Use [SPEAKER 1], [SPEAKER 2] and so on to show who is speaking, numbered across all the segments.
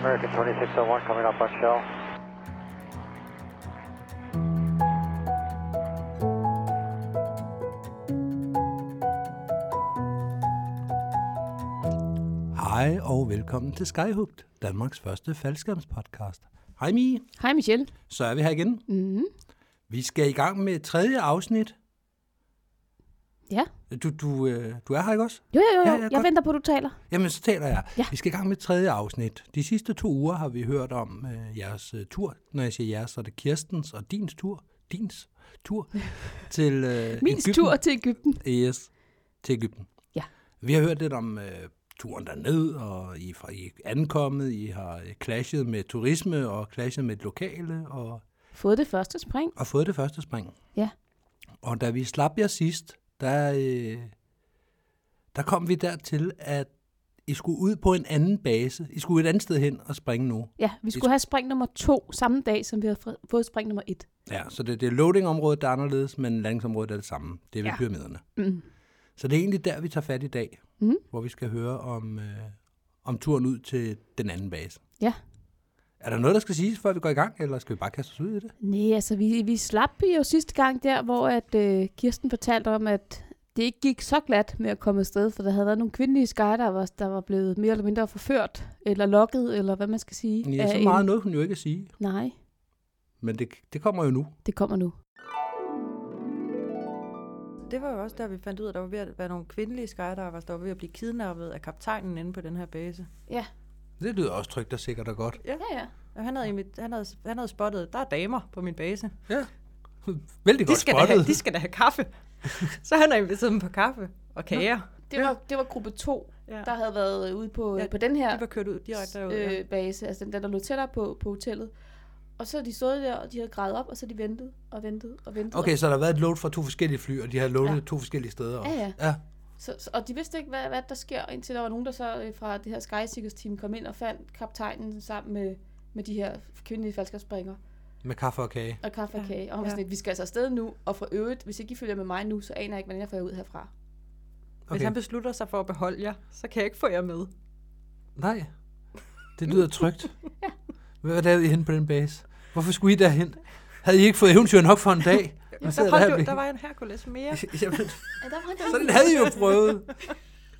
[SPEAKER 1] American 2601 coming up on shell.
[SPEAKER 2] Hej og velkommen til Skyhugt, Danmarks første faldskærmspodcast. Hej Mie,
[SPEAKER 3] Hej Michelle.
[SPEAKER 2] så er vi her igen.
[SPEAKER 3] Mm-hmm.
[SPEAKER 2] Vi skal i gang med tredje afsnit.
[SPEAKER 3] Ja.
[SPEAKER 2] Du, du, øh, du er her ikke også?
[SPEAKER 3] Jo, jo, jo.
[SPEAKER 2] Ja,
[SPEAKER 3] jo.
[SPEAKER 2] ja,
[SPEAKER 3] jeg
[SPEAKER 2] godt.
[SPEAKER 3] venter på, at du taler.
[SPEAKER 2] Jamen, så taler jeg.
[SPEAKER 3] Ja.
[SPEAKER 2] Vi skal i gang med tredje afsnit. De sidste to uger har vi hørt om øh, jeres øh, tur. Når jeg siger jeres, så er det Kirstens og dins tur. Dins tur til øh,
[SPEAKER 3] Min
[SPEAKER 2] Egypten.
[SPEAKER 3] tur til Ægypten.
[SPEAKER 2] Yes, til Ægypten.
[SPEAKER 3] Ja.
[SPEAKER 2] Vi har hørt lidt om øh, turen derned, og I, er fra, I er ankommet, I har øh, clashet med turisme og clashet med et lokale, og,
[SPEAKER 3] Fået det første spring.
[SPEAKER 2] og fået det første spring.
[SPEAKER 3] Ja.
[SPEAKER 2] Og da vi slap jer sidst, der, øh, der kom vi dertil, at I skulle ud på en anden base. I skulle et andet sted hen og springe nu.
[SPEAKER 3] Ja, vi skulle have spring nummer to samme dag, som vi havde fri- fået spring nummer et.
[SPEAKER 2] Ja, så det, det er loading-området, der er anderledes, men landingsområdet er det samme. Det er ved ja.
[SPEAKER 3] Ja.
[SPEAKER 2] pyramiderne.
[SPEAKER 3] Mm.
[SPEAKER 2] Så det er egentlig der, vi tager fat i dag,
[SPEAKER 3] Mhm.
[SPEAKER 2] hvor vi skal høre om, øh, om turen ud til den anden base.
[SPEAKER 3] Ja.
[SPEAKER 2] Er der noget, der skal siges, før vi går i gang, eller skal vi bare kaste os ud i det?
[SPEAKER 3] Nej, altså vi, vi slap jo sidste gang der, hvor at, øh, Kirsten fortalte om, at det ikke gik så glat med at komme afsted, for der havde været nogle kvindelige skydivers, der var blevet mere eller mindre forført, eller lokket, eller hvad man skal sige.
[SPEAKER 2] Ja,
[SPEAKER 3] af
[SPEAKER 2] så
[SPEAKER 3] Øh, en-
[SPEAKER 2] meget noget hun jo ikke at sige,
[SPEAKER 3] Nej,
[SPEAKER 2] men det, det kommer jo nu.
[SPEAKER 3] det kommer nu.
[SPEAKER 4] Det var jo også der, vi fandt ud af, at der var ved at være nogle kvindelige skydivers, der var ved at blive kidnappet af kaptajnen inde på den her base.
[SPEAKER 2] Det lyder også trygt og sikkert og godt.
[SPEAKER 3] Ja, ja.
[SPEAKER 4] Og han havde, invit- han havde, han havde spottet, der er damer på min base.
[SPEAKER 2] Ja. Vældig
[SPEAKER 4] De
[SPEAKER 2] godt
[SPEAKER 4] skal, da have,
[SPEAKER 2] spottet.
[SPEAKER 4] de skal da have kaffe. så han har inviteret dem på kaffe og kager.
[SPEAKER 3] Det var, det var gruppe to,
[SPEAKER 4] Ja.
[SPEAKER 3] der havde været ude på,
[SPEAKER 4] Ja,
[SPEAKER 3] på den her
[SPEAKER 4] De var kørt ud direkte derud.
[SPEAKER 3] øh,
[SPEAKER 4] Ja.
[SPEAKER 3] base, altså den der, der lå tættere på, på hotellet. Og så er de stået der, og de havde grædet op, og så er de ventet og ventet og ventet.
[SPEAKER 2] Okay, så der har været et load fra to forskellige fly, og de har loadet ja.
[SPEAKER 3] Ja.
[SPEAKER 2] to forskellige steder
[SPEAKER 3] Ja,
[SPEAKER 2] også.
[SPEAKER 3] ja.
[SPEAKER 2] ja.
[SPEAKER 3] Så, så, og de vidste ikke, hvad, hvad der sker, indtil der var nogen, der så øh, fra det her Sky Seekers team kom ind og fandt kaptajnen sammen med, med de her kvindelige falskerspringer
[SPEAKER 2] Med kaffe og kage.
[SPEAKER 3] og kaffe og
[SPEAKER 4] Ja,
[SPEAKER 3] kage. Og han var
[SPEAKER 4] ja.
[SPEAKER 3] sådan lidt, vi skal altså afsted nu, og for øvrigt, hvis ikke I følger med mig nu, så aner jeg ikke, hvordan jeg får jer ud herfra.
[SPEAKER 2] Okay.
[SPEAKER 4] Hvis han beslutter sig for at beholde jer, så kan jeg ikke få jer med.
[SPEAKER 2] Nej, det lyder trygt. Hvad lavede I hen på den base? Hvorfor skulle I derhen? Havde I ikke fået eventyr nok for en dag?
[SPEAKER 4] Ja,
[SPEAKER 2] sidder
[SPEAKER 4] der, holdt
[SPEAKER 2] der
[SPEAKER 4] jo,
[SPEAKER 2] med-
[SPEAKER 4] der var en Hercules mere.
[SPEAKER 2] Jamen,
[SPEAKER 3] Ja, der var han
[SPEAKER 2] sådan havde I jo prøvet. I
[SPEAKER 4] Jamen,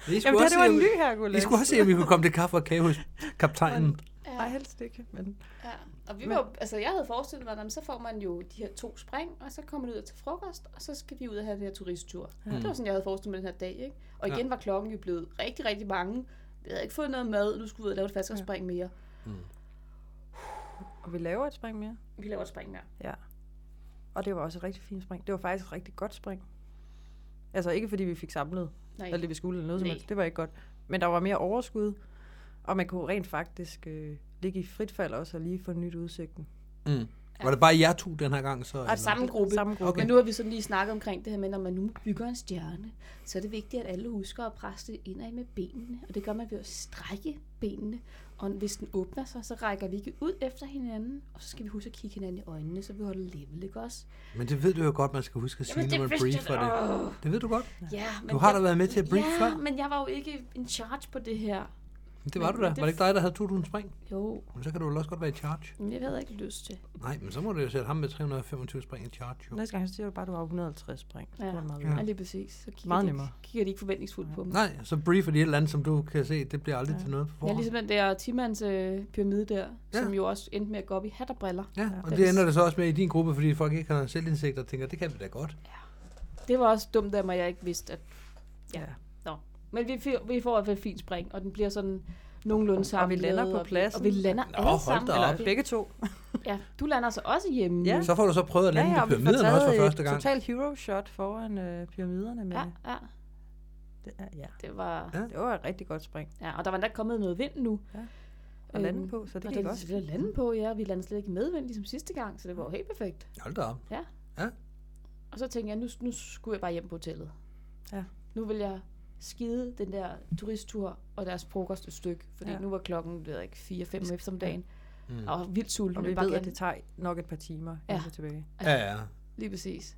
[SPEAKER 4] det, her, det var en ny
[SPEAKER 2] I
[SPEAKER 4] Hercules.
[SPEAKER 2] skulle også se, om I kunne komme til kaffe og kage hos kaptajnen.
[SPEAKER 4] Nej,
[SPEAKER 3] Ja,
[SPEAKER 4] helst ikke. Men
[SPEAKER 3] ja. Og vi var, jo- altså, jeg havde forestillet mig, at jamen, så får man jo de her to spring, og så kommer man ud og til frokost, og så skal vi ud og have den her turisttur.
[SPEAKER 2] Mm.
[SPEAKER 3] Det var sådan, jeg havde forestillet mig den her dag, ikke? Og
[SPEAKER 2] Ja.
[SPEAKER 3] igen ja. var klokken jo blevet rigtig, rigtig mange. Vi havde ikke fået noget mad, nu skulle vi ud og lave et fast
[SPEAKER 4] Ja.
[SPEAKER 3] spring mere.
[SPEAKER 4] og vi laver et spring mere.
[SPEAKER 3] Vi laver et spring mere.
[SPEAKER 4] Ja. Og det var også et rigtig fint spring. Det var faktisk et rigtig godt spring. Altså ikke fordi vi fik samlet
[SPEAKER 3] Nej.
[SPEAKER 4] alt det, vi skulle, eller noget som
[SPEAKER 3] Nej.
[SPEAKER 4] helst. Det var ikke godt. Men der var mere overskud, og man kunne rent faktisk øh, ligge i frit fald også og lige få nyt udsigten.
[SPEAKER 2] Mm. Var det bare jer to den her gang? Så, eller?
[SPEAKER 3] samme gruppe.
[SPEAKER 4] Samme gruppe.
[SPEAKER 2] Okay.
[SPEAKER 3] Okay. Men nu har vi sådan lige snakket omkring det her med, når man nu bygger en stjerne, så er det vigtigt, at alle husker at presse det indad med benene. Og det gør man ved at strække benene. Og hvis den åbner sig, så rækker vi ikke ud efter hinanden. Og så skal vi huske at kigge hinanden i øjnene, så vi holder level, ikke også?
[SPEAKER 2] Men det ved du jo godt, man skal huske at sige, når man briefer det.
[SPEAKER 3] Åh,
[SPEAKER 2] Det ved du godt.
[SPEAKER 3] Ja, men
[SPEAKER 2] Du har da
[SPEAKER 3] jeg-
[SPEAKER 2] været med til at brief
[SPEAKER 3] ja,
[SPEAKER 2] før.
[SPEAKER 3] men jeg var jo ikke en charge på det her.
[SPEAKER 2] Det var
[SPEAKER 3] Men-
[SPEAKER 2] du da.
[SPEAKER 3] men det-
[SPEAKER 2] Var det ikke dig, der havde 2000 spring?
[SPEAKER 3] Jo,
[SPEAKER 2] Men så kan du vel også godt være i charge.
[SPEAKER 3] men jeg havde ikke lyst til.
[SPEAKER 2] Nej, men så må du jo sætte ham med 325 spring i charge. Jo.
[SPEAKER 4] Næste gang så siger du bare, at du har 150 spring.
[SPEAKER 3] Ja.
[SPEAKER 4] Det var meget
[SPEAKER 2] Ja.
[SPEAKER 3] Ja,
[SPEAKER 4] ja.
[SPEAKER 3] lige præcis. Så kigger,
[SPEAKER 4] Meget
[SPEAKER 3] de,
[SPEAKER 4] nemmere.
[SPEAKER 3] ikke- kigger de ikke forventningsfuldt på mig.
[SPEAKER 2] Nej, så briefer de et eller andet, som du kan se, det bliver aldrig
[SPEAKER 4] Ja.
[SPEAKER 2] til noget på
[SPEAKER 3] Jeg er
[SPEAKER 2] forhånd.
[SPEAKER 3] ligesom den der 10-mands øh, pyramide der,
[SPEAKER 2] Ja.
[SPEAKER 3] ja. som jo også endte med at gå op i hat og briller.
[SPEAKER 2] Ja,
[SPEAKER 4] Ja.
[SPEAKER 2] og det ender det så også med i din gruppe, fordi folk ikke har selvindsigt og tænker, det kan vi da godt.
[SPEAKER 3] Det var også dumt af mig, jeg ikke vidste. At...
[SPEAKER 4] ja.
[SPEAKER 3] Men vi, fi- vi får i hvert fald fint spring, og den bliver sådan nogenlunde sammen.
[SPEAKER 4] lander på pladsen.
[SPEAKER 3] Og vi lander
[SPEAKER 2] Nå,
[SPEAKER 3] alle
[SPEAKER 2] hold
[SPEAKER 3] sammen.
[SPEAKER 2] da
[SPEAKER 4] Eller
[SPEAKER 2] op.
[SPEAKER 4] begge to.
[SPEAKER 3] Ja, du lander så også hjemme.
[SPEAKER 4] Ja.
[SPEAKER 2] Så får du så prøvet at lande ja, ja,
[SPEAKER 4] og
[SPEAKER 2] på
[SPEAKER 4] vi får
[SPEAKER 2] pyramiden også for
[SPEAKER 4] taget
[SPEAKER 2] første
[SPEAKER 4] et
[SPEAKER 2] gang.
[SPEAKER 4] Total hero shot foran øh, pyramiderne. Med,
[SPEAKER 3] ja,
[SPEAKER 4] ja.
[SPEAKER 3] ja.
[SPEAKER 4] Det, er- ja.
[SPEAKER 3] Det var...
[SPEAKER 2] Ja.
[SPEAKER 4] det var et rigtig godt spring
[SPEAKER 3] Ja, og der var endda kommet noget vind nu.
[SPEAKER 4] Ja. at lande på, så
[SPEAKER 3] Det
[SPEAKER 4] det
[SPEAKER 3] Øhm, og
[SPEAKER 4] gik
[SPEAKER 3] den
[SPEAKER 4] godt.
[SPEAKER 3] også. lande på, ja. Vi landede slet ikke medvind, ligesom sidste gang, så det var jo helt perfekt.
[SPEAKER 2] Hold da op.
[SPEAKER 3] Og så tænkte jeg, nu, nu skulle jeg bare hjem på hotellet.
[SPEAKER 4] Ja.
[SPEAKER 3] Nu vil jeg skide den der turisttur og deres frokost et stykke, fordi
[SPEAKER 4] Ja.
[SPEAKER 3] ja. nu var klokken, det ved jeg ikke, 4-5 om eftermiddagen,
[SPEAKER 2] Mm.
[SPEAKER 3] og vildt sulten.
[SPEAKER 4] Og
[SPEAKER 3] jeg
[SPEAKER 4] vi
[SPEAKER 3] vil bare
[SPEAKER 4] ved, at
[SPEAKER 3] gerne-
[SPEAKER 4] det tager nok et par timer,
[SPEAKER 3] Ja.
[SPEAKER 4] inden vi er tilbage.
[SPEAKER 2] Ja, ja.
[SPEAKER 3] Lige præcis.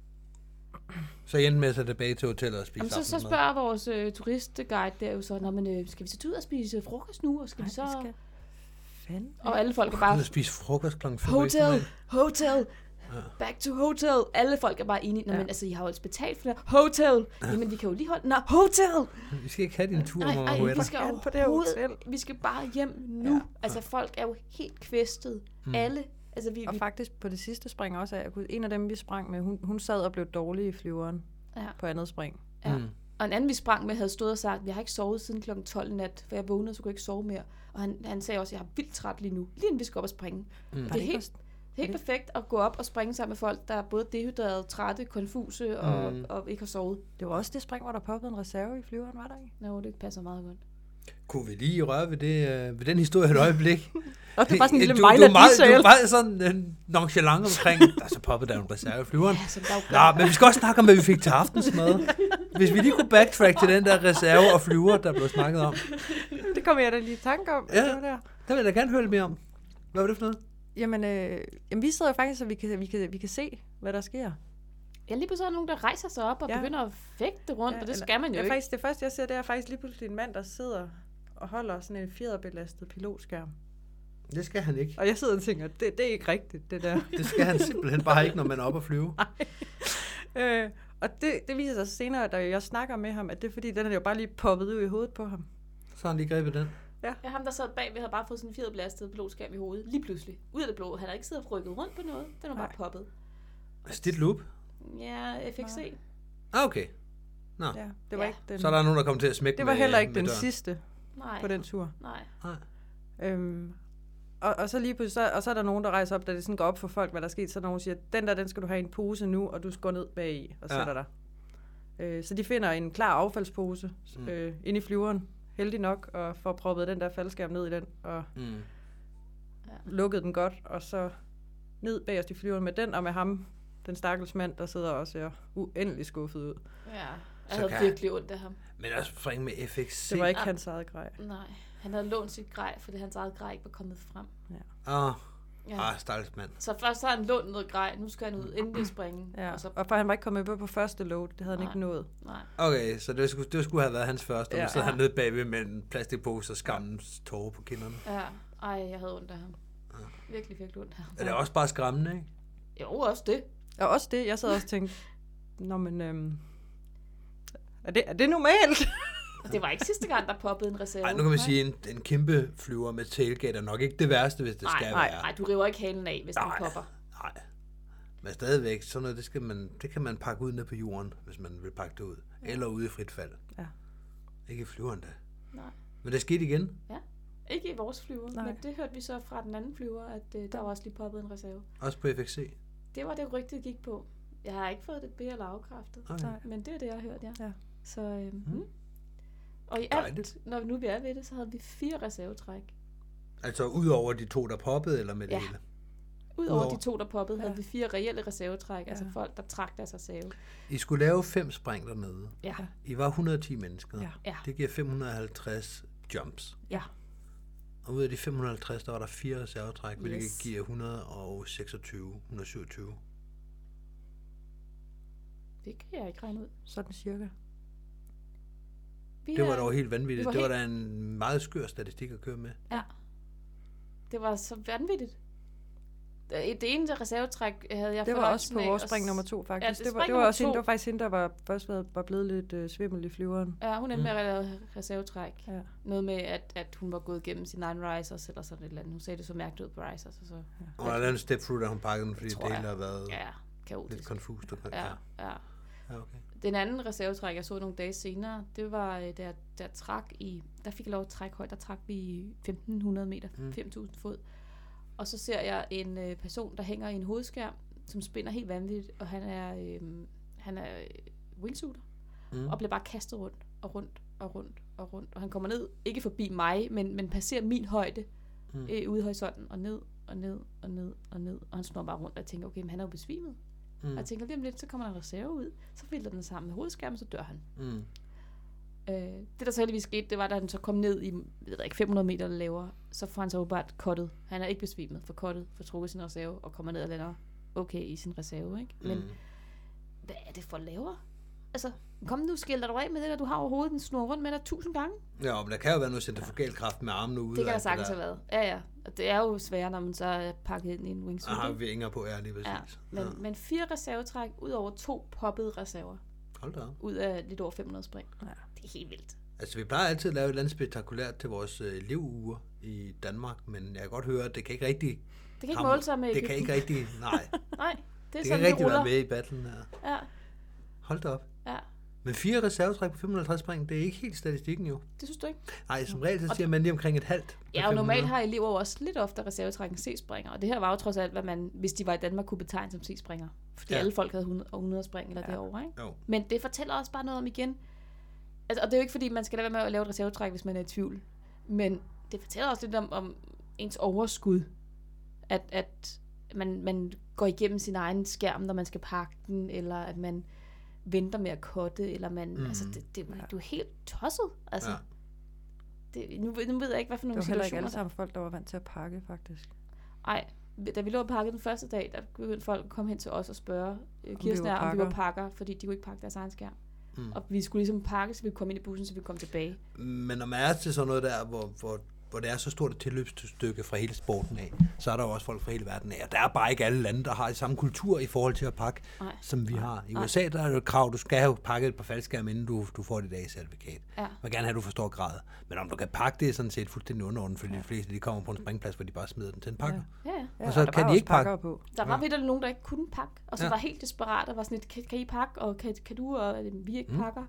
[SPEAKER 2] Så I endte med at tage tilbage til hotellet og spise
[SPEAKER 3] Jamen, så, så
[SPEAKER 2] aftensmad.
[SPEAKER 3] spørger vores øh, turistguide der jo så, Nå, men, øh, skal vi så tage ud og spise frokost nu, og skal
[SPEAKER 4] Ej,
[SPEAKER 3] vi så...
[SPEAKER 4] vi skal fanden?
[SPEAKER 3] Og alle folk er bare,
[SPEAKER 2] Ud og spise frokost klokken fem.
[SPEAKER 3] hotel, hotel, back to hotel. Alle folk er bare enige. Nå,
[SPEAKER 4] Ja.
[SPEAKER 3] men altså, I har jo altså betalt for det. Hotel! Jamen, vi kan jo lige holde... Nå, hotel!
[SPEAKER 2] Vi skal ikke have din tur,
[SPEAKER 3] Nej,
[SPEAKER 2] mor
[SPEAKER 3] ej, vi
[SPEAKER 2] Huetta.
[SPEAKER 3] skal
[SPEAKER 4] Gerne på det her
[SPEAKER 3] overhovedet,
[SPEAKER 4] hotel.
[SPEAKER 3] vi skal bare hjem nu. Ja. Altså, folk er jo helt kvæstet. Mm. Alle, altså vi,
[SPEAKER 4] Og
[SPEAKER 3] vi
[SPEAKER 4] faktisk på det sidste spring også, at jeg kunne- en af dem, vi sprang med, hun, hun sad og blev dårlig i flyveren
[SPEAKER 3] ja,
[SPEAKER 4] på andet spring.
[SPEAKER 3] ja.
[SPEAKER 2] Mm.
[SPEAKER 3] Og en anden, vi sprang med, havde stået og sagt, jeg har ikke sovet siden kl. 12 i nat, for jeg vågnede, så kunne jeg ikke sove mere. Og han, han sagde også, jeg er vildt træt lige nu, lige inden vi skal op og springe. Mm. Det
[SPEAKER 4] Var
[SPEAKER 3] er
[SPEAKER 4] ikke
[SPEAKER 3] helt,
[SPEAKER 4] også-
[SPEAKER 3] helt perfekt at gå op og springe sammen med folk, der er både dehydrerede, trætte, konfuse og, mm. og, ikke har sovet.
[SPEAKER 4] Det var også det spring, hvor der poppede en reserve i flyveren, var der ikke?
[SPEAKER 3] Nå, det passer meget godt.
[SPEAKER 2] Kunne vi lige røre ved, det, øh, ved den historie et øjeblik?
[SPEAKER 4] Og det var sådan en lille
[SPEAKER 2] du,
[SPEAKER 4] mile
[SPEAKER 2] du, er
[SPEAKER 4] at
[SPEAKER 2] meget, du
[SPEAKER 4] Israel.
[SPEAKER 2] er meget sådan øh, nonchalant omkring, der er så poppet der en reserve i flyveren.
[SPEAKER 3] Ja, som der jo gør.
[SPEAKER 2] Nå, men vi skal også snakke om, hvad vi fik til aftensmad. Hvis vi lige kunne backtrack til den der reserve og flyver, der blev snakket om.
[SPEAKER 4] Det kom jeg da lige i tanke om.
[SPEAKER 2] Ja.
[SPEAKER 4] Det var der.
[SPEAKER 2] Der vil jeg da gerne høre lidt mere om. Hvad var det for noget?
[SPEAKER 4] Jamen, øh, jamen, vi sidder jo faktisk, så vi kan, vi, kan, vi kan se, hvad der sker.
[SPEAKER 3] Ja, lige pludselig er der nogen, der rejser sig op og ja.
[SPEAKER 4] Ja.
[SPEAKER 3] begynder at fægte rundt, ja, og det
[SPEAKER 4] eller-
[SPEAKER 3] skal man jo
[SPEAKER 4] ja,
[SPEAKER 3] ikke.
[SPEAKER 4] Faktisk, det første, jeg ser, det er faktisk lige pludselig en mand, der sidder og holder sådan en fjederbelastet pilotskærm.
[SPEAKER 2] Det skal han ikke.
[SPEAKER 4] Og jeg sidder og tænker, det, det er ikke rigtigt, det der.
[SPEAKER 2] Det skal han simpelthen bare ikke, når man er oppe at flyve.
[SPEAKER 4] øh, og det, det viser sig senere, da jeg snakker med ham, at det er fordi, den er jo bare lige poppet ud i hovedet på ham.
[SPEAKER 2] Så har han lige grebet den.
[SPEAKER 3] Ja, ham, der sad bag, vi havde bare fået sådan en fjerdeblastet pilotskab i hovedet, lige pludselig. Ud af det blå. Han havde ikke siddet og rykket rundt på noget. Den var bare
[SPEAKER 4] Nej.
[SPEAKER 3] poppet.
[SPEAKER 2] Stit Altså, loop.
[SPEAKER 3] Ja, FXC.
[SPEAKER 4] Nej.
[SPEAKER 2] Ah, okay.
[SPEAKER 4] Ja, det var
[SPEAKER 3] Ja.
[SPEAKER 4] ikke den.
[SPEAKER 2] Så er der nogen, der kommer til at smække
[SPEAKER 4] det var
[SPEAKER 2] med,
[SPEAKER 4] heller ikke
[SPEAKER 2] med
[SPEAKER 4] den
[SPEAKER 2] døren.
[SPEAKER 4] sidste
[SPEAKER 3] Nej.
[SPEAKER 4] på den tur.
[SPEAKER 3] Nej.
[SPEAKER 2] Nej.
[SPEAKER 4] Øhm, og, og, så lige pludselig, så, og så er der nogen, der rejser op, da det sådan går op for folk, hvad der er sket. Så er der nogen, der siger, den der, den skal du have i en pose nu, og du skal gå ned bag i og
[SPEAKER 2] Ja.
[SPEAKER 4] sætter dig. Øh, så de finder en klar affaldspose
[SPEAKER 2] Mm.
[SPEAKER 4] øh, inde i flyveren, heldig nok, og får proppet den der faldskærm ned i den, og
[SPEAKER 2] Mm.
[SPEAKER 4] lukkede den godt, og så ned bagerst i flyveren med den, og med ham, den stakkels mand, der sidder også og ser uendelig skuffet ud.
[SPEAKER 3] Ja. Jeg
[SPEAKER 2] Så
[SPEAKER 3] havde
[SPEAKER 2] kan-
[SPEAKER 3] virkelig ondt af ham.
[SPEAKER 2] Men også springe med FXC.
[SPEAKER 4] Det var ikke hans eget grej.
[SPEAKER 3] Nej. Han havde lånt sit grej, fordi hans eget grej ikke var kommet frem.
[SPEAKER 2] Ah,
[SPEAKER 3] Ja.
[SPEAKER 2] ah stakkels mand.
[SPEAKER 3] Så først har han lånt noget grej, nu skal han ud, endelig springe.
[SPEAKER 4] Ja.
[SPEAKER 3] Og så,
[SPEAKER 4] Og for han var ikke kommet med på første load, det havde han
[SPEAKER 3] Nej.
[SPEAKER 4] ikke nået.
[SPEAKER 3] nej.
[SPEAKER 2] Okay, så det skulle, det skulle have været hans første, og nu
[SPEAKER 4] Ja.
[SPEAKER 2] sidder han nede bagved med en plastikpose og skammens tårer på kinderne.
[SPEAKER 3] Ja. Ej, jeg havde ondt af ham. Virkelig, virkelig ondt af ham.
[SPEAKER 2] Ah. Er det også bare skræmmende, ikke?
[SPEAKER 3] Jo, også det.
[SPEAKER 4] Og også det, jeg sad også og tænkte, Nå, men, øhm, er, det, er det normalt?
[SPEAKER 3] Det var ikke sidste gang, der poppede en reserve.
[SPEAKER 2] Ej, nu kan man sige, at en, en kæmpe flyver med tailgate er nok ikke det værste, hvis det
[SPEAKER 3] nej,
[SPEAKER 2] skal
[SPEAKER 3] nej,
[SPEAKER 2] være.
[SPEAKER 3] nej, du river ikke halen af, hvis den
[SPEAKER 2] Nej.
[SPEAKER 3] popper.
[SPEAKER 2] Nej. Men stadigvæk, sådan noget, det, skal man, det kan man pakke ud ned på jorden, hvis man vil pakke det ud. Eller ude i frit fald.
[SPEAKER 4] Ja.
[SPEAKER 2] Ikke i flyveren da.
[SPEAKER 3] Nej.
[SPEAKER 2] Men det skete igen.
[SPEAKER 3] Ja, ikke i vores flyver, Nej.
[SPEAKER 4] Nej.
[SPEAKER 3] men det hørte vi så fra den anden flyver, at øh, der var også lige poppet en reserve.
[SPEAKER 2] Også på E. FXC.
[SPEAKER 3] Det var det rygte, gik på. Jeg har ikke fået det be- eller afkræftet,
[SPEAKER 2] Okay.
[SPEAKER 4] Nej.
[SPEAKER 3] men det er det, jeg har hørt, ja.
[SPEAKER 4] Ja.
[SPEAKER 3] Så, øh, mm. Og i
[SPEAKER 2] Mhm. Dejligt.
[SPEAKER 3] alt, når nu vi er ved det, så havde vi fire reservetræk.
[SPEAKER 2] Altså ud over de to, der poppede, eller med det
[SPEAKER 3] Ja.
[SPEAKER 2] hele.
[SPEAKER 3] Udover
[SPEAKER 2] Udover.
[SPEAKER 3] de to, der poppede, ja. havde
[SPEAKER 4] Ja.
[SPEAKER 3] vi fire reelle reservetræk, ja. altså folk, der trak deres reserve.
[SPEAKER 2] I skulle lave fem spring dernede.
[SPEAKER 3] Ja, ja.
[SPEAKER 2] I var 110 mennesker.
[SPEAKER 4] Ja.
[SPEAKER 3] Ja.
[SPEAKER 2] Det giver 550 jumps.
[SPEAKER 3] ja.
[SPEAKER 2] Og ud af de 550, der var der fire reservetræk, hvilket
[SPEAKER 3] Yes.
[SPEAKER 2] giver 126, 127.
[SPEAKER 3] Det kan jeg ikke regne ud.
[SPEAKER 4] Sådan cirka.
[SPEAKER 3] Vi
[SPEAKER 2] Det var
[SPEAKER 3] er-
[SPEAKER 2] dog helt vanvittigt.
[SPEAKER 3] Vi var
[SPEAKER 2] Det var da en meget skør statistik at køre med.
[SPEAKER 3] Ja. Det var så vanvittigt. Det det ene reservetræk havde jeg
[SPEAKER 4] Det var også
[SPEAKER 3] fornøjelsen
[SPEAKER 4] på
[SPEAKER 3] af
[SPEAKER 4] vores
[SPEAKER 3] at
[SPEAKER 4] spring
[SPEAKER 3] s-
[SPEAKER 4] nummer to, faktisk.
[SPEAKER 3] Ja,
[SPEAKER 4] Ja,
[SPEAKER 3] det
[SPEAKER 4] det, det, var,
[SPEAKER 3] spring
[SPEAKER 4] det, var
[SPEAKER 3] nummer
[SPEAKER 4] også hende,
[SPEAKER 3] to.
[SPEAKER 4] der var faktisk hende, der var, først var, var blevet lidt øh, svimmel i flyveren.
[SPEAKER 3] Ja, hun endte med at lave reservetræk.
[SPEAKER 4] Ja.
[SPEAKER 3] Noget med, at, at hun var gået igennem sin Nine Risers eller sådan et eller andet. Hun sagde det så mærkeligt ud på Risers, og så
[SPEAKER 2] Hun har lavet en step through, da hun pakkede den, fordi det,
[SPEAKER 3] tror jeg.
[SPEAKER 2] hele har været
[SPEAKER 3] ja,
[SPEAKER 2] lidt
[SPEAKER 3] kaotisk.
[SPEAKER 2] konfust. Og
[SPEAKER 3] Ja, ja.
[SPEAKER 2] ja, okay.
[SPEAKER 3] Den anden reservetræk, jeg så nogle dage senere, det var, øh, der, der trak i, der fik jeg lov at trække højt, der trak vi 1500 meter, 5000 fod. Og så ser jeg en øh, person, der hænger i en hovedskærm, som spænder helt vanvittigt, og han er, øh, han er øh, wingsuiter, mm. og bliver bare kastet rundt og rundt og rundt og rundt. Og han kommer ned, ikke forbi mig, men, men passerer min højde mm. øh, ude i horisonten, og ned og ned og ned og ned. Og han snor bare rundt, og jeg tænker, okay, men han er jo besvimet. Mm. Og jeg tænker, lige om lidt, så kommer der en reserve ud, så filter den sammen med hovedskærmen, så dør han.
[SPEAKER 2] Mm.
[SPEAKER 3] Øh, det, der så heldigvis skete, det var, da han så kom ned i jeg ved ikke, 500 meter eller lavere, så får han så åbenbart kottet. Han er ikke besvimet for kottet, for trukket sin reserve,
[SPEAKER 2] Mm.
[SPEAKER 3] og kommer ned og lander okay i sin reserve. Ikke? Men mm. hvad er det for laver? Altså, kom nu, skil dig dog af med det der, du har overhovedet den snor rundt med dig tusind gange.
[SPEAKER 2] Ja, men der kan jo være noget centrifugalkraft med armene ude.
[SPEAKER 3] Det
[SPEAKER 2] og
[SPEAKER 3] kan der
[SPEAKER 2] alt
[SPEAKER 3] sagtens
[SPEAKER 2] der.
[SPEAKER 3] have været. Ja, ja. Og det er jo sværere, når man så er pakket ind i en wingsuit.
[SPEAKER 2] Og har
[SPEAKER 3] ikke?
[SPEAKER 2] vinger på, ja, lige
[SPEAKER 3] ja.
[SPEAKER 2] præcis. Ja,
[SPEAKER 3] Men, men fire reservetræk, ud over to poppede reserver,
[SPEAKER 2] Hold da op.
[SPEAKER 3] ud af lidt over 500 spring.
[SPEAKER 4] Ja.
[SPEAKER 3] Det er helt vildt.
[SPEAKER 2] Altså, vi plejer altid at lave et eller andet spektakulært til vores øh, levuger i Danmark, men jeg kan godt høre, at det kan ikke rigtig...
[SPEAKER 3] Det kan ikke
[SPEAKER 2] hamre-
[SPEAKER 3] måle sig med
[SPEAKER 2] Det kan
[SPEAKER 3] Egypten.
[SPEAKER 2] ikke rigtig... Nej,
[SPEAKER 3] Nej, det er
[SPEAKER 2] det kan
[SPEAKER 3] sådan,
[SPEAKER 2] ikke
[SPEAKER 3] det
[SPEAKER 2] rigtig være
[SPEAKER 3] ruller.
[SPEAKER 2] med i battlen her.
[SPEAKER 3] Ja,
[SPEAKER 2] Hold da op.
[SPEAKER 3] ja.
[SPEAKER 2] Men fire reservetræk på 550 spring, det er ikke helt statistikken jo.
[SPEAKER 3] Det synes du ikke?
[SPEAKER 2] Nej, som regel så siger man lige omkring et halvt. på
[SPEAKER 3] Ja, og
[SPEAKER 2] 500.
[SPEAKER 3] normalt har elever jo også lidt oftere reservetræk end C-springer, og det her var jo trods alt, hvad man, hvis de var i Danmark, kunne betegne som C-springer. Fordi
[SPEAKER 2] Ja.
[SPEAKER 3] ja. alle folk havde 100 og 100 spring eller ja. derovre, ikke?
[SPEAKER 2] Jo.
[SPEAKER 3] Men det fortæller også bare noget om igen. Altså, og det er jo ikke, fordi man skal lade være med at lave et reservetræk, hvis man er i tvivl. Men det fortæller også lidt om, om ens overskud. At, at man, man går igennem sin egen skærm, når man skal pakke den, eller at man venter med at kotte, eller man... Mm. Altså, det, det, du er helt tosset. Altså,
[SPEAKER 2] Mhm. Ja.
[SPEAKER 3] ja. det, nu, nu ved jeg ikke, hvad for
[SPEAKER 4] Det
[SPEAKER 3] nogle
[SPEAKER 4] var heller
[SPEAKER 3] situationer...
[SPEAKER 4] ikke alle sammen folk, der var vant til at pakke, faktisk.
[SPEAKER 3] Nej, da vi lå og pakkede den første dag, der begyndte folk at komme hen til os og spørge øh, Kirsten
[SPEAKER 4] var
[SPEAKER 3] og jeg, om vi var
[SPEAKER 4] pakker.
[SPEAKER 3] pakker, fordi de kunne ikke pakke deres egen skærm. Mm. Og vi skulle ligesom pakke, så vi kunne komme ind i bussen, så vi kom tilbage.
[SPEAKER 2] Men når man er til sådan noget der, hvor, hvor, hvor det er så stort et tilløbsstykke fra hele sporten af, så er der jo også folk fra hele verden af. Og der er bare ikke alle lande, der har samme kultur i forhold til at pakke,
[SPEAKER 3] Nej.
[SPEAKER 2] som vi har. I USA der er det jo et krav, du skal have pakket et par faldskærme, inden du, du får dit A-certifikat.
[SPEAKER 3] Ja.
[SPEAKER 2] Man vil gerne have, at du forstår grader. Men om du kan pakke det, er sådan set fuldstændig underordnet, fordi ja. de fleste de kommer på en springplads, hvor de bare smider den til en pakker.
[SPEAKER 3] Ja, ja.
[SPEAKER 2] Og så
[SPEAKER 4] der
[SPEAKER 2] kan
[SPEAKER 4] var
[SPEAKER 2] de
[SPEAKER 4] også
[SPEAKER 2] ikke pakke.
[SPEAKER 4] pakkere på.
[SPEAKER 3] Der var ja. nogen, der ikke kunne pakke, og som
[SPEAKER 2] Ja.
[SPEAKER 3] ja. var helt desperat og var sådan lidt, kan, kan I pakke, og kan, kan du, og øh, vi ikke mm. pakker.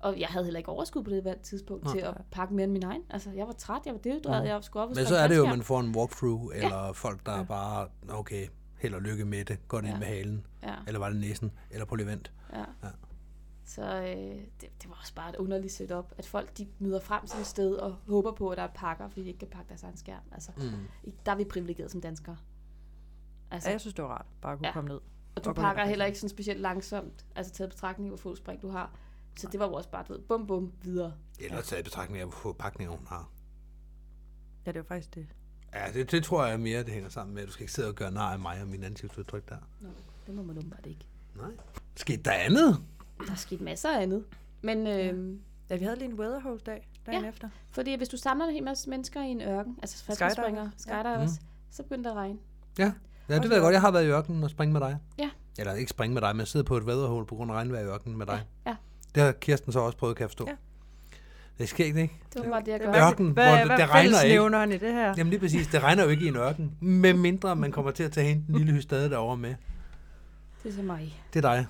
[SPEAKER 3] Og jeg havde heller ikke overskud på det valg- tidspunkt til at pakke mere end min egen. Altså, jeg var træt, jeg var dehydreret, jeg skulle op og
[SPEAKER 2] Men så
[SPEAKER 3] springe
[SPEAKER 2] er det jo, at
[SPEAKER 3] faldskærm.
[SPEAKER 2] man får en walkthrough, eller ja. folk, der ja. bare, okay, held og lykke med det, går det ja. ind med halen,
[SPEAKER 3] Ja.
[SPEAKER 2] eller var det næsen, eller på levant.
[SPEAKER 3] Ja.
[SPEAKER 2] Ja.
[SPEAKER 3] Så øh, det, det var også bare et underligt setup, at folk de møder frem til et sted og håber på, at der er pakker, fordi de ikke kan pakke deres egen skærm. Altså, mm. Der er vi privilegerede som danskere. Altså,
[SPEAKER 4] Ja, jeg synes, det var rart bare at kunne
[SPEAKER 3] Ja.
[SPEAKER 4] komme ned.
[SPEAKER 3] og du
[SPEAKER 4] og gå ind og
[SPEAKER 3] pakker
[SPEAKER 4] pakke.
[SPEAKER 3] heller ikke sådan specielt langsomt, altså taget i betragtning, hvor få spring du har. Så det var jo også bare, du ved, bum bum, videre.
[SPEAKER 2] Eller taget i betragtning af, hvor få pakninger hun har.
[SPEAKER 4] Ja, det var faktisk det.
[SPEAKER 2] Ja, det, det tror jeg mere, det hænger sammen med, at du skal ikke sidde og gøre nar af mig og min ansigtsudtryk der.
[SPEAKER 3] Nå, det må man åbenbart ikke.
[SPEAKER 2] Nej. Skete der andet?
[SPEAKER 3] Der er sket masser af andet. Men øh,
[SPEAKER 4] Ja, vi havde lige en weatherhole-dag dagen
[SPEAKER 3] Ja.
[SPEAKER 4] efter.
[SPEAKER 3] fordi hvis du samler en hel masse mennesker i en ørken, altså
[SPEAKER 4] Skydivers.
[SPEAKER 3] faldskærmsspringere,
[SPEAKER 4] Mm.
[SPEAKER 3] skydivers, ja. så begynder det at regne.
[SPEAKER 2] Ja, ja det ved jeg godt. Jeg har været i ørkenen og springe med dig.
[SPEAKER 3] Ja,
[SPEAKER 2] Eller ikke springe med dig, men sidde på et vaderhul på grund af regnvejr i ørkenen med dig. Ja.
[SPEAKER 3] ja.
[SPEAKER 2] Det har Kirsten så også prøvet, kan jeg forstå. Ja.
[SPEAKER 4] Ja.
[SPEAKER 2] Det sker ikke, ikke?
[SPEAKER 3] Det var bare det, jeg
[SPEAKER 4] Det
[SPEAKER 3] gør.
[SPEAKER 4] var-
[SPEAKER 2] Ørken,
[SPEAKER 4] Hvad,
[SPEAKER 2] hvor det-
[SPEAKER 4] hvad
[SPEAKER 2] det regner ikke.
[SPEAKER 4] fællesnævneren i det her?
[SPEAKER 2] Jamen lige præcis, det regner jo ikke i en ørken, med mindre man kommer til at tage hende den lille hystade derovre med.
[SPEAKER 3] Det er så mig.
[SPEAKER 2] Det er dig.